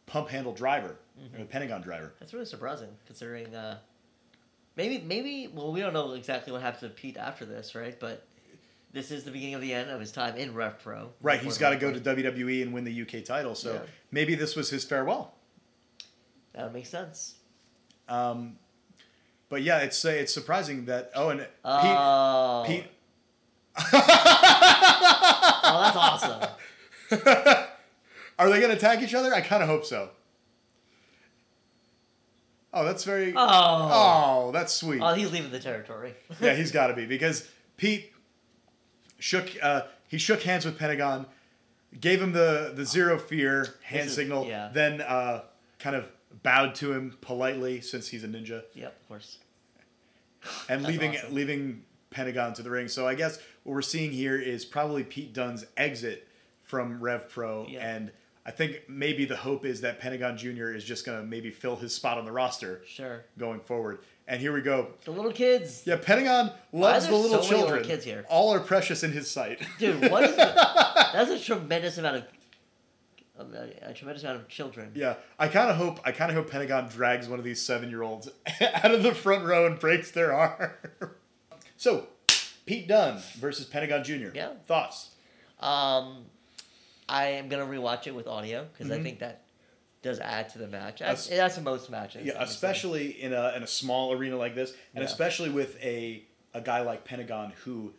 [SPEAKER 1] pump handle driver or
[SPEAKER 2] Mm-hmm.
[SPEAKER 1] the Pentagon driver.
[SPEAKER 2] That's really surprising, considering. Uh, maybe, maybe. Well, we don't know exactly what happens to Pete after this, right? But this is the beginning of the end of his time in Ref Pro.
[SPEAKER 1] Right, he's got to go to WWE and win the UK title. So
[SPEAKER 2] Yeah.
[SPEAKER 1] maybe this was his farewell.
[SPEAKER 2] That would make sense.
[SPEAKER 1] Um, but yeah, it's uh, it's surprising that oh, and Pete,
[SPEAKER 2] Oh,
[SPEAKER 1] Pete
[SPEAKER 2] oh, that's awesome.
[SPEAKER 1] are they gonna attack each other? I kind of hope so. Oh, that's very.
[SPEAKER 2] Oh.
[SPEAKER 1] Oh, that's sweet.
[SPEAKER 2] Oh, he's leaving the territory.
[SPEAKER 1] yeah, he's got to be because Pete shook uh, he shook hands with Pentagon, gave him the the zero fear hand
[SPEAKER 2] This is-
[SPEAKER 1] signal,
[SPEAKER 2] yeah.
[SPEAKER 1] then uh, kind of bowed to him politely since he's a ninja.
[SPEAKER 2] yep, of course.
[SPEAKER 1] and
[SPEAKER 2] That's
[SPEAKER 1] leaving
[SPEAKER 2] awesome.
[SPEAKER 1] leaving Pentagon to the ring. So I guess what we're seeing here is probably Pete Dunne's exit from Rev Pro,
[SPEAKER 2] Yeah.
[SPEAKER 1] and I think maybe the hope is that Pentagon Jr. is just gonna maybe fill his spot on the roster
[SPEAKER 2] Sure.
[SPEAKER 1] going forward. And here we go.
[SPEAKER 2] The little kids.
[SPEAKER 1] Yeah, Pentagon
[SPEAKER 2] Why are
[SPEAKER 1] loves
[SPEAKER 2] there
[SPEAKER 1] the little
[SPEAKER 2] so many little
[SPEAKER 1] children.
[SPEAKER 2] kids here?
[SPEAKER 1] All are precious in his sight.
[SPEAKER 2] Dude, what is that? That's a tremendous amount of. of, uh, A tremendous amount of children.
[SPEAKER 1] Yeah, I kind of hope I kind of hope Pentagon drags one of these seven-year-olds out of the front row and breaks their arm. so, Pete Dunne versus Pentagon Jr.
[SPEAKER 2] Yeah.
[SPEAKER 1] Thoughts?
[SPEAKER 2] Um, I am gonna rewatch it with audio because I think that does add to the match. That's,
[SPEAKER 1] Mm-hmm. As-
[SPEAKER 2] that's the most matches.
[SPEAKER 1] Yeah,
[SPEAKER 2] honestly.
[SPEAKER 1] especially in a in a small arena like this, and
[SPEAKER 2] Yeah.
[SPEAKER 1] especially with a a guy like Pentagon who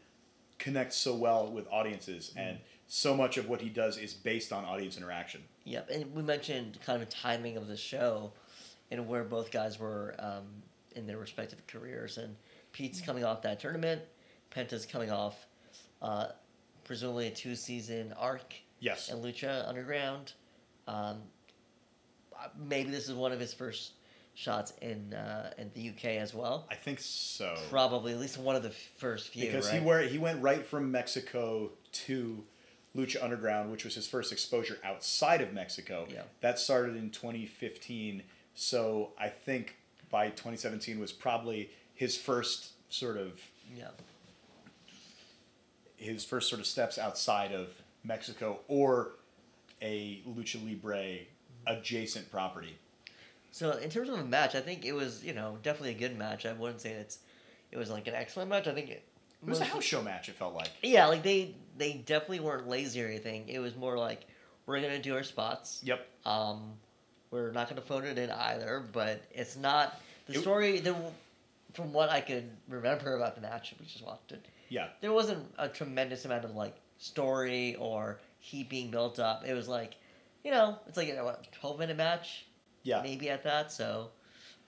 [SPEAKER 1] connects so well with audiences,
[SPEAKER 2] Mm-hmm.
[SPEAKER 1] and so much of what he does is based on audience interaction.
[SPEAKER 2] Yep, and we mentioned kind of timing of the show, and where both guys were um, in their respective careers. And Pete's
[SPEAKER 1] Mm-hmm.
[SPEAKER 2] coming off that tournament. Penta's coming off, uh, presumably a two season arc.
[SPEAKER 1] Yes.
[SPEAKER 2] And Lucha Underground. Um, uh, maybe this is one of his first shots in uh, in the UK as well.
[SPEAKER 1] I think so
[SPEAKER 2] Probably at least one of the first few.
[SPEAKER 1] because
[SPEAKER 2] right?
[SPEAKER 1] he were he went right from Mexico to Lucha Underground, which was his first exposure outside of Mexico.
[SPEAKER 2] Yeah.
[SPEAKER 1] That started in 2015, so I think by 2017 was probably his first sort of
[SPEAKER 2] Yeah.
[SPEAKER 1] his first sort of steps outside of Mexico or a lucha libre adjacent property.
[SPEAKER 2] So in terms of a match, I think it was you know definitely a good match. I wouldn't say it's it was like an excellent match. I think it,
[SPEAKER 1] It was a
[SPEAKER 2] mostly-
[SPEAKER 1] house show match. It felt like
[SPEAKER 2] Yeah, like they they definitely weren't lazy or anything. It was more like we're gonna do our spots.
[SPEAKER 1] yep.
[SPEAKER 2] Um, we're not gonna phone it in either, but it's not the
[SPEAKER 1] It-
[SPEAKER 2] story. There, w- from what I could remember about the match, we just watched it.
[SPEAKER 1] Yeah,
[SPEAKER 2] There wasn't a tremendous amount of like story or heat being built up. It was like, you know, it's like a what, 12 minute match,
[SPEAKER 1] Yeah.
[SPEAKER 2] maybe at that. So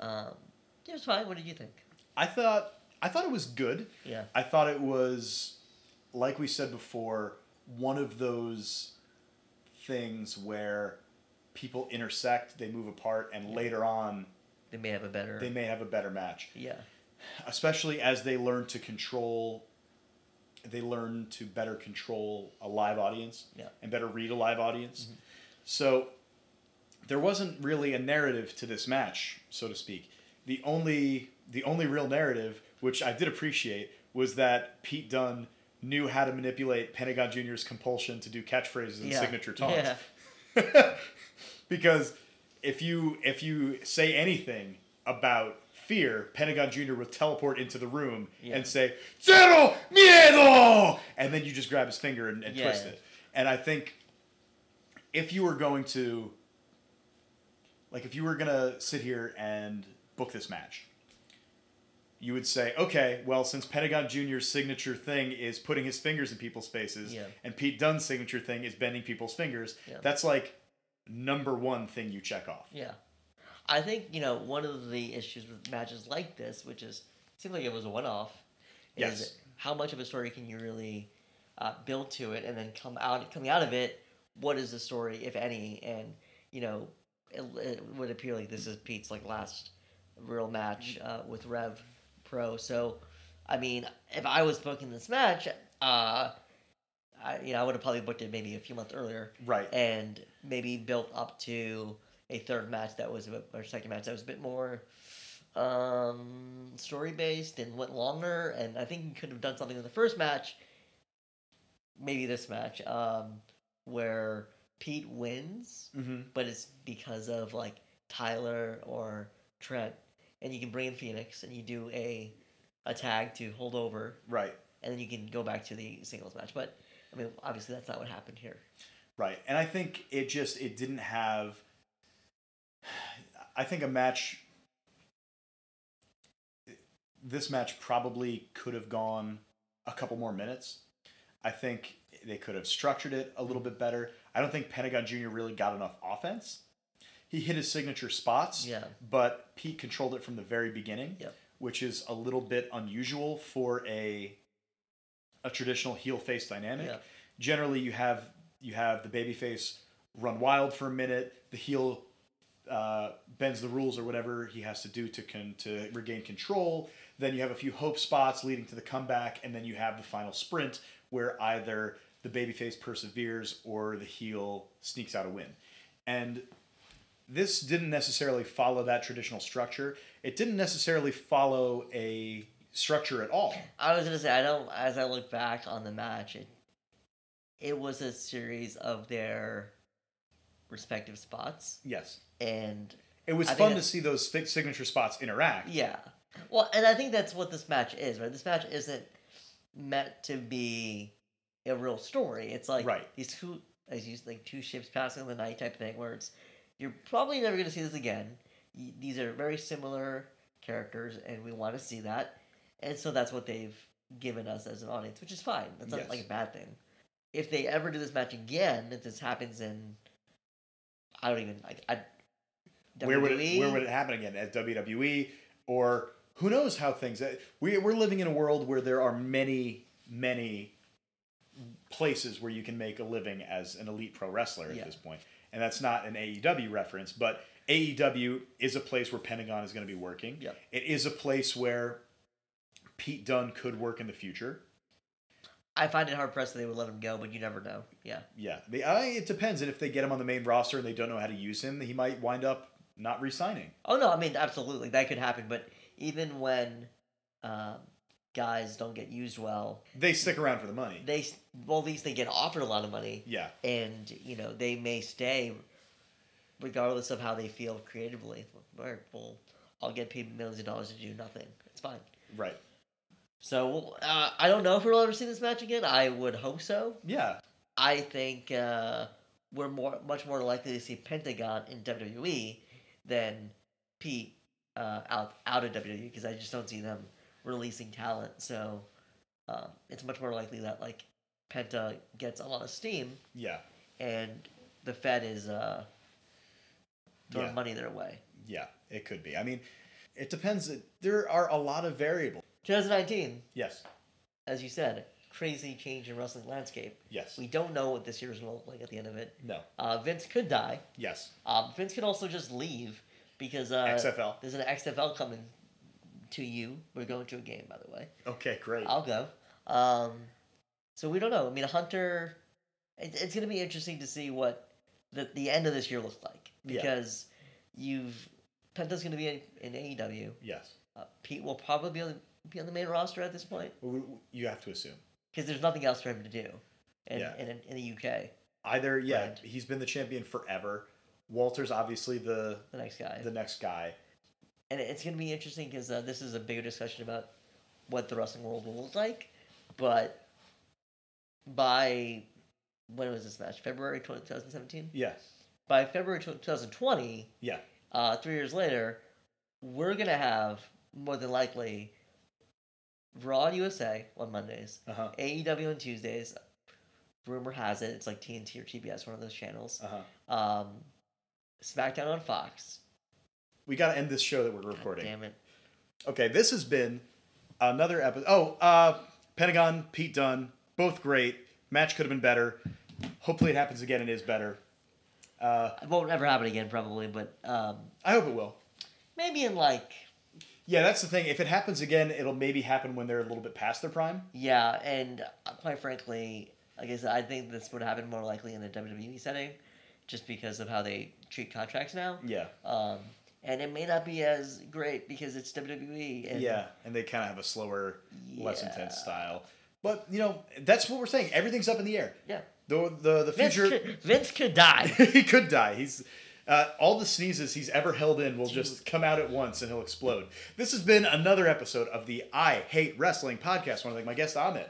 [SPEAKER 2] um, it was fine. What did you think?
[SPEAKER 1] I thought I thought it was good.
[SPEAKER 2] Yeah.
[SPEAKER 1] I thought it was like we said before, one of those things where people intersect, they move apart, and later on
[SPEAKER 2] They may have a better.
[SPEAKER 1] they may have a better match.
[SPEAKER 2] yeah.
[SPEAKER 1] Especially as they learn to control they learn to better control a live audience
[SPEAKER 2] Yeah. Mm-hmm.
[SPEAKER 1] and better read a live audience. So there wasn't really a narrative to this match, so to speak. The only the only real narrative, which I did appreciate, was that Pete Dunne knew how to manipulate Pentagon Jr.'s compulsion to do catchphrases and
[SPEAKER 2] Yeah.
[SPEAKER 1] signature
[SPEAKER 2] Yeah.
[SPEAKER 1] taunts. because if you if you say anything about fear, Pentagon Jr. will teleport into the room
[SPEAKER 2] Yeah.
[SPEAKER 1] and say "Zero miedo," and then you just grab his finger and, and
[SPEAKER 2] Yeah.
[SPEAKER 1] twist it. And I think if you were going to like if you were gonna sit here and book this match you would say okay well since pentagon jr's signature thing is putting his fingers in people's faces
[SPEAKER 2] Yeah.
[SPEAKER 1] and pete dunn's signature thing is bending people's fingers
[SPEAKER 2] Yeah.
[SPEAKER 1] that's like number one thing you check off
[SPEAKER 2] Yeah. I think, you know, one of the issues with matches like this, which is seems like it was a one off, is
[SPEAKER 1] Yes.
[SPEAKER 2] how much of a story can you really uh, build to it and then come out coming out of it, what is the story, if any, and you know, it, it would appear like this is Pete's like last real match uh, with Rev Pro. So I mean, if I was booking this match, uh I, you know, I would have probably booked it maybe a few months earlier
[SPEAKER 1] right
[SPEAKER 2] and maybe built up to a third match that was a bit- or second match that was a bit more um, story based and went longer. And I think you could have done something in the first match, maybe this match, um, where Pete wins,
[SPEAKER 1] mm-hmm.
[SPEAKER 2] but it's because of like Tyler or Trent, and you can bring in Phoenix and you do a a tag to hold over,
[SPEAKER 1] right
[SPEAKER 2] and then you can go back to the singles match. But I mean, obviously that's not what happened here.
[SPEAKER 1] Right. And I think it just it didn't have I think a match this match probably could have gone a couple more minutes. I think they could have structured it a little bit better. I don't think Pentagon Jr. really got enough offense. He hit his signature spots,
[SPEAKER 2] Yeah.
[SPEAKER 1] but Pete controlled it from the very beginning,
[SPEAKER 2] Yep.
[SPEAKER 1] which is a little bit unusual for a a traditional heel face dynamic
[SPEAKER 2] Yeah.
[SPEAKER 1] generally you have you have the babyface run wild for a minute, the heel uh, bends the rules or whatever he has to do to con- to regain control. Then you have a few hope spots leading to the comeback, and then you have the final sprint where either the babyface perseveres or the heel sneaks out a win. And this didn't necessarily follow that traditional structure. It didn't necessarily follow a structure at all.
[SPEAKER 2] I was gonna say I don't. As I look back on the match, it it was a series of their respective spots,
[SPEAKER 1] Yes.
[SPEAKER 2] and
[SPEAKER 1] It was
[SPEAKER 2] I think
[SPEAKER 1] fun to
[SPEAKER 2] that's-
[SPEAKER 1] see those fi- signature spots interact.
[SPEAKER 2] yeah, well, and I think that's what this match is, right? This match isn't meant to be a real story. It's like
[SPEAKER 1] Right.
[SPEAKER 2] these two, as you like two ships passing in the night type thing, where it's you're probably never gonna see this again. Y- These are very similar characters, and we want to see that, and so that's what they've given us as an audience, which is fine. That's not
[SPEAKER 1] Yes.
[SPEAKER 2] like a bad thing. If they ever do this match again, if this happens in, I don't even like I.
[SPEAKER 1] where would
[SPEAKER 2] WWE?
[SPEAKER 1] it, where would it happen again at WWE or who knows how things uh, we we're living in a world where there are many many places where you can make a living as an elite pro wrestler at
[SPEAKER 2] Yeah.
[SPEAKER 1] this point. And that's not an AEW reference, but AEW is a place where Pentagon is going to be working.
[SPEAKER 2] Yep.
[SPEAKER 1] It is a place where Pete Dunne could work in the future.
[SPEAKER 2] I find it hard pressed that they would let him go, but you never know. Yeah,
[SPEAKER 1] Yeah, they, I, it depends. And if they get him on the main roster and they don't know how to use him, he might wind up not re-signing.
[SPEAKER 2] Oh no, I mean absolutely that could happen, but even when um, guys don't get used well,
[SPEAKER 1] They stick around for the money.
[SPEAKER 2] they s- well at least they get offered a lot of money,
[SPEAKER 1] yeah.
[SPEAKER 2] and you know they may stay, regardless of how they feel creatively. Or, well, I'll get paid millions of dollars to do nothing. It's fine.
[SPEAKER 1] Right.
[SPEAKER 2] So uh, I don't know if we'll ever see this match again. I would hope so.
[SPEAKER 1] Yeah.
[SPEAKER 2] I think uh, we're more much more likely to see Pentagon in WWE than Pete uh, out out of WWE because I just don't see them releasing talent. So um, it's much more likely that like Penta gets a lot of steam,
[SPEAKER 1] Yeah.
[SPEAKER 2] and the Fed is uh, throwing
[SPEAKER 1] Yeah.
[SPEAKER 2] money their way.
[SPEAKER 1] Yeah. It could be. I mean, it depends. There are a lot of variables.
[SPEAKER 2] 2019,
[SPEAKER 1] Yes.
[SPEAKER 2] as you said, crazy change in wrestling landscape.
[SPEAKER 1] Yes.
[SPEAKER 2] We don't know what this year's going to look like at the end of it.
[SPEAKER 1] No.
[SPEAKER 2] Uh, Vince could die.
[SPEAKER 1] Yes.
[SPEAKER 2] Um, Vince could also just leave because uh,
[SPEAKER 1] XFL.
[SPEAKER 2] There's an XFL coming to you. We're going to a game, by the way.
[SPEAKER 1] Okay. Great.
[SPEAKER 2] I'll go. Um, so we don't know. I mean, Hunter. It, it's going to be interesting to see what the the end of this year looks like
[SPEAKER 1] Yeah.
[SPEAKER 2] because you've Penta's going to be in, in AEW.
[SPEAKER 1] yes.
[SPEAKER 2] Uh, Pete will probably be on, be on the main roster at this point
[SPEAKER 1] W- w- You have to assume
[SPEAKER 2] because there's nothing else for him to do. In,
[SPEAKER 1] Yeah.
[SPEAKER 2] in, in the UK,
[SPEAKER 1] either. Yeah.
[SPEAKER 2] Right.
[SPEAKER 1] He's been the champion forever. Walter's obviously the
[SPEAKER 2] the next guy,
[SPEAKER 1] the next guy.
[SPEAKER 2] and it's going to be interesting because uh, this is a bigger discussion about what the wrestling world will look like. But by when was this match? February 20- 2017.
[SPEAKER 1] Yeah.
[SPEAKER 2] by February tw 2020,
[SPEAKER 1] Yeah.
[SPEAKER 2] uh, three years later, we're going to have more than likely Raw USA on Mondays,
[SPEAKER 1] Uh huh.
[SPEAKER 2] AEW on Tuesdays. Rumor has it, it's like TNT or TBS, one of those channels.
[SPEAKER 1] Uh huh.
[SPEAKER 2] Um, SmackDown on Fox.
[SPEAKER 1] We got to end this show that we're
[SPEAKER 2] God
[SPEAKER 1] recording.
[SPEAKER 2] damn it.
[SPEAKER 1] Okay, this has been another episode. Oh, uh, Pentagon, Pete Dunn, both great. Match could have been better. Hopefully, it happens again. and is better. Uh,
[SPEAKER 2] It won't ever happen again, probably, but um,
[SPEAKER 1] I hope it will.
[SPEAKER 2] maybe in like,
[SPEAKER 1] Yeah, that's the thing. If it happens again, it'll maybe happen when they're a little bit past their prime.
[SPEAKER 2] yeah, and uh, quite frankly, like I said, I think this would happen more likely in the WWE E setting just because of how they treat contracts now.
[SPEAKER 1] Yeah,
[SPEAKER 2] Um, and it may not be as great because it's WWE. And
[SPEAKER 1] yeah, and they kind of have a slower, less
[SPEAKER 2] Yeah.
[SPEAKER 1] intense style. But you know, that's what we're saying. Everything's up in the air.
[SPEAKER 2] Yeah.
[SPEAKER 1] The the the
[SPEAKER 2] Vince,
[SPEAKER 1] future.
[SPEAKER 2] could, Vince could die.
[SPEAKER 1] he could die. He's uh, all the sneezes he's ever held in will just come out at once and he'll explode. This has been another episode of the I Hate Wrestling podcast. I want to thank my guest Ahmed.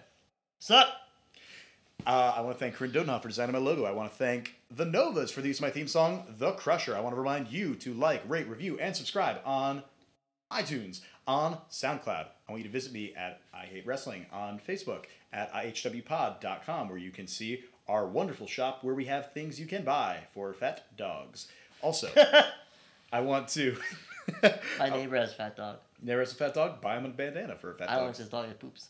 [SPEAKER 2] Sup?
[SPEAKER 1] Uh, I want to thank Corinne Dodenhoff for designing my logo. I want to thank the Novas for the use of my theme song, The Crusher. I want to remind you to like, rate, review, and subscribe on iTunes, on SoundCloud. I want you to visit me at I Hate Wrestling on Facebook at ihwpod.com, where you can see our wonderful shop where we have things you can buy for fat dogs. Also, I want to.
[SPEAKER 2] My neighbor has fat dog.
[SPEAKER 1] Never has a fat dog, buy him a bandana for a Oh. fat
[SPEAKER 2] I
[SPEAKER 1] dog.
[SPEAKER 2] don't want his dog that poops.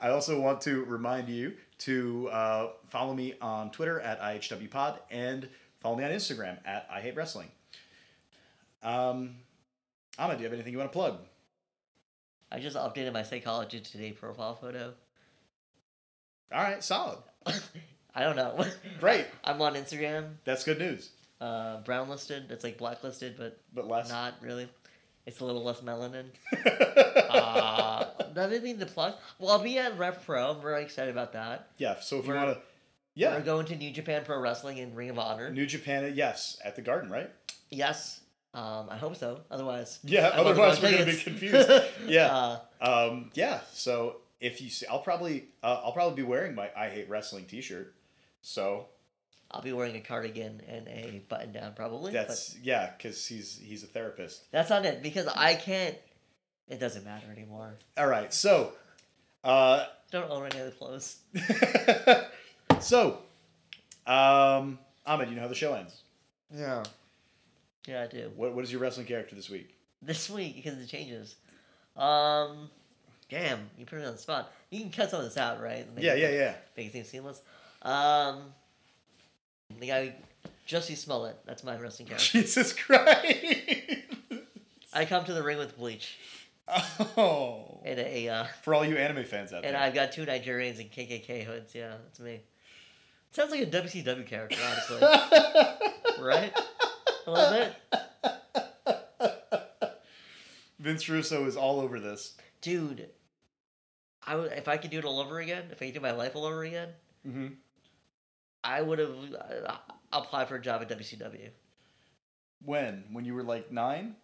[SPEAKER 1] I also want to remind you to uh, follow me on Twitter at IHWPod and follow me on Instagram at I Hate Wrestling. Um, Ahmed, do you have anything you want to plug?
[SPEAKER 2] I just updated my psychology today profile photo.
[SPEAKER 1] All right, solid.
[SPEAKER 2] I don't know.
[SPEAKER 1] Great.
[SPEAKER 2] I'm on Instagram,
[SPEAKER 1] That's good news.
[SPEAKER 2] uh, brown listed. It's like blacklisted, but
[SPEAKER 1] But less.
[SPEAKER 2] not really. It's a little less melanin. uh, another thing to plug. Well, I'll be at Rep Pro. I'm very excited about that.
[SPEAKER 1] yeah, so if you
[SPEAKER 2] We're-
[SPEAKER 1] want to.
[SPEAKER 2] We're
[SPEAKER 1] Yeah,
[SPEAKER 2] going to New Japan Pro Wrestling and Ring of Honor.
[SPEAKER 1] New Japan, yes, at the Garden, right?
[SPEAKER 2] Yes. Um, I hope so. Otherwise,
[SPEAKER 1] Yeah,
[SPEAKER 2] I wasn't
[SPEAKER 1] otherwise
[SPEAKER 2] on
[SPEAKER 1] we're gonna be
[SPEAKER 2] tickets.
[SPEAKER 1] confused. Yeah.
[SPEAKER 2] Uh,
[SPEAKER 1] Um, yeah, so if you see, I'll probably, uh, I'll probably be wearing my I Hate Wrestling T-shirt. So
[SPEAKER 2] I'll be wearing a cardigan and a button down probably.
[SPEAKER 1] that's yeah, because he's he's a therapist.
[SPEAKER 2] but that's not it because I can't. It doesn't matter anymore.
[SPEAKER 1] All right, so, uh,
[SPEAKER 2] I don't own any other clothes.
[SPEAKER 1] so, um, Ahmed, you know how the show ends.
[SPEAKER 2] Yeah. Yeah, I do.
[SPEAKER 1] What what is your wrestling character this week?
[SPEAKER 2] This week because it changes. Um, damn, you put me on the spot. You can cut some of this out, right? Make
[SPEAKER 1] Yeah,
[SPEAKER 2] it-
[SPEAKER 1] yeah, yeah.
[SPEAKER 2] Make it seem seamless. Um, the guy, Jesse Smollett. That's my wrestling character.
[SPEAKER 1] Jesus Christ!
[SPEAKER 2] I come to the ring with bleach
[SPEAKER 1] oh,
[SPEAKER 2] and a. Uh,
[SPEAKER 1] for all you anime fans out
[SPEAKER 2] And
[SPEAKER 1] there,
[SPEAKER 2] I've got two Nigerians and KKK hoods. Yeah, that's me. Sounds like a WCW character, honestly. right? A little bit.
[SPEAKER 1] Vince Russo is all over this.
[SPEAKER 2] Dude, I would, if I could do it all over again, if I could do my life all over again,
[SPEAKER 1] Mm-hmm.
[SPEAKER 2] I would have uh, applied for a job at WCW.
[SPEAKER 1] When when you were like nine?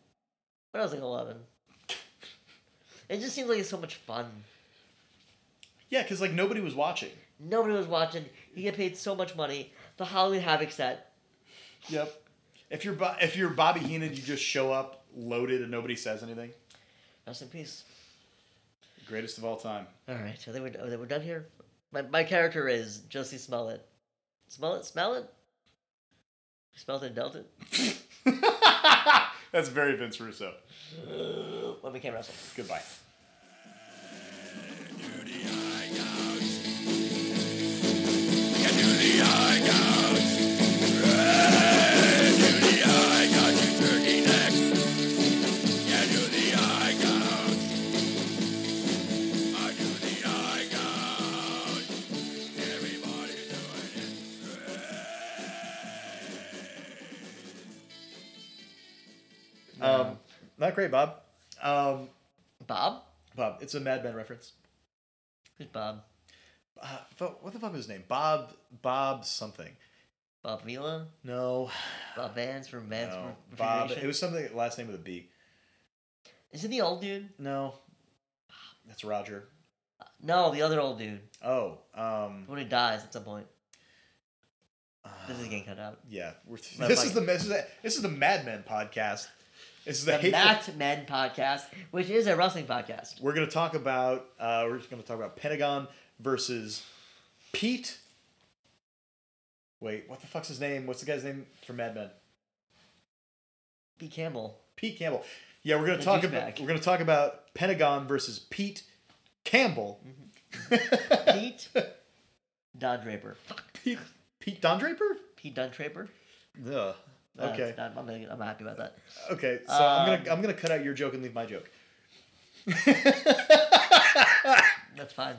[SPEAKER 2] When I was like 11. It just seems like it's so much fun.
[SPEAKER 1] Yeah, because like nobody was watching.
[SPEAKER 2] Nobody was watching. You get paid so much money. The Halloween Havoc set.
[SPEAKER 1] Yep. If you're Bo- if you're Bobby Heenan, you just show up loaded and nobody says anything.
[SPEAKER 2] Rest in peace.
[SPEAKER 1] Greatest of all time.
[SPEAKER 2] All right, so they were oh, they were done here. My my character is Josie Smollett. Smollett, Smollett. Spelled and dealt it.
[SPEAKER 1] That's very Vince Russo.
[SPEAKER 2] When we came wrestle.
[SPEAKER 1] Goodbye. Um, not great, Bob. Um,
[SPEAKER 2] Bob?
[SPEAKER 1] Bob, it's a Mad Men reference.
[SPEAKER 2] Who's Bob?
[SPEAKER 1] Uh, fu- what the fuck was his name? Bob, Bob something.
[SPEAKER 2] Bob Vila?
[SPEAKER 1] No,
[SPEAKER 2] Bob Vance from Vance
[SPEAKER 1] no.
[SPEAKER 2] Re-
[SPEAKER 1] Bob.
[SPEAKER 2] Refrigeration?
[SPEAKER 1] It was something last name with a B.
[SPEAKER 2] Is it the old dude?
[SPEAKER 1] No, that's Roger.
[SPEAKER 2] No, the other old dude.
[SPEAKER 1] Oh, um,
[SPEAKER 2] The one who dies at some point.
[SPEAKER 1] uh,
[SPEAKER 2] This is getting cut out.
[SPEAKER 1] yeah. We're,
[SPEAKER 2] Mad
[SPEAKER 1] this is
[SPEAKER 2] Mike.
[SPEAKER 1] the this is the, this is the Mad Men podcast. This is the,
[SPEAKER 2] The
[SPEAKER 1] hateful-
[SPEAKER 2] Matt Men podcast, which is a wrestling podcast.
[SPEAKER 1] We're gonna talk about uh, we're just gonna talk about Pentagon versus Pete. Wait, what the fuck's his name? What's the guy's name from Mad Men?
[SPEAKER 2] Pete Campbell.
[SPEAKER 1] Pete Campbell. Yeah, we're gonna
[SPEAKER 2] The
[SPEAKER 1] talk about
[SPEAKER 2] douchebag.
[SPEAKER 1] we're gonna talk about Pentagon versus Pete Campbell.
[SPEAKER 2] Mm-hmm. Pete Don Draper. Fuck.
[SPEAKER 1] Pete, Pete Don Draper.
[SPEAKER 2] Pete Don Draper?
[SPEAKER 1] Ugh.
[SPEAKER 2] That's
[SPEAKER 1] Okay.
[SPEAKER 2] not- I'm, not- I'm happy about that.
[SPEAKER 1] Okay. So I'm gonna I'm gonna cut out your joke and leave my joke.
[SPEAKER 2] That's fine.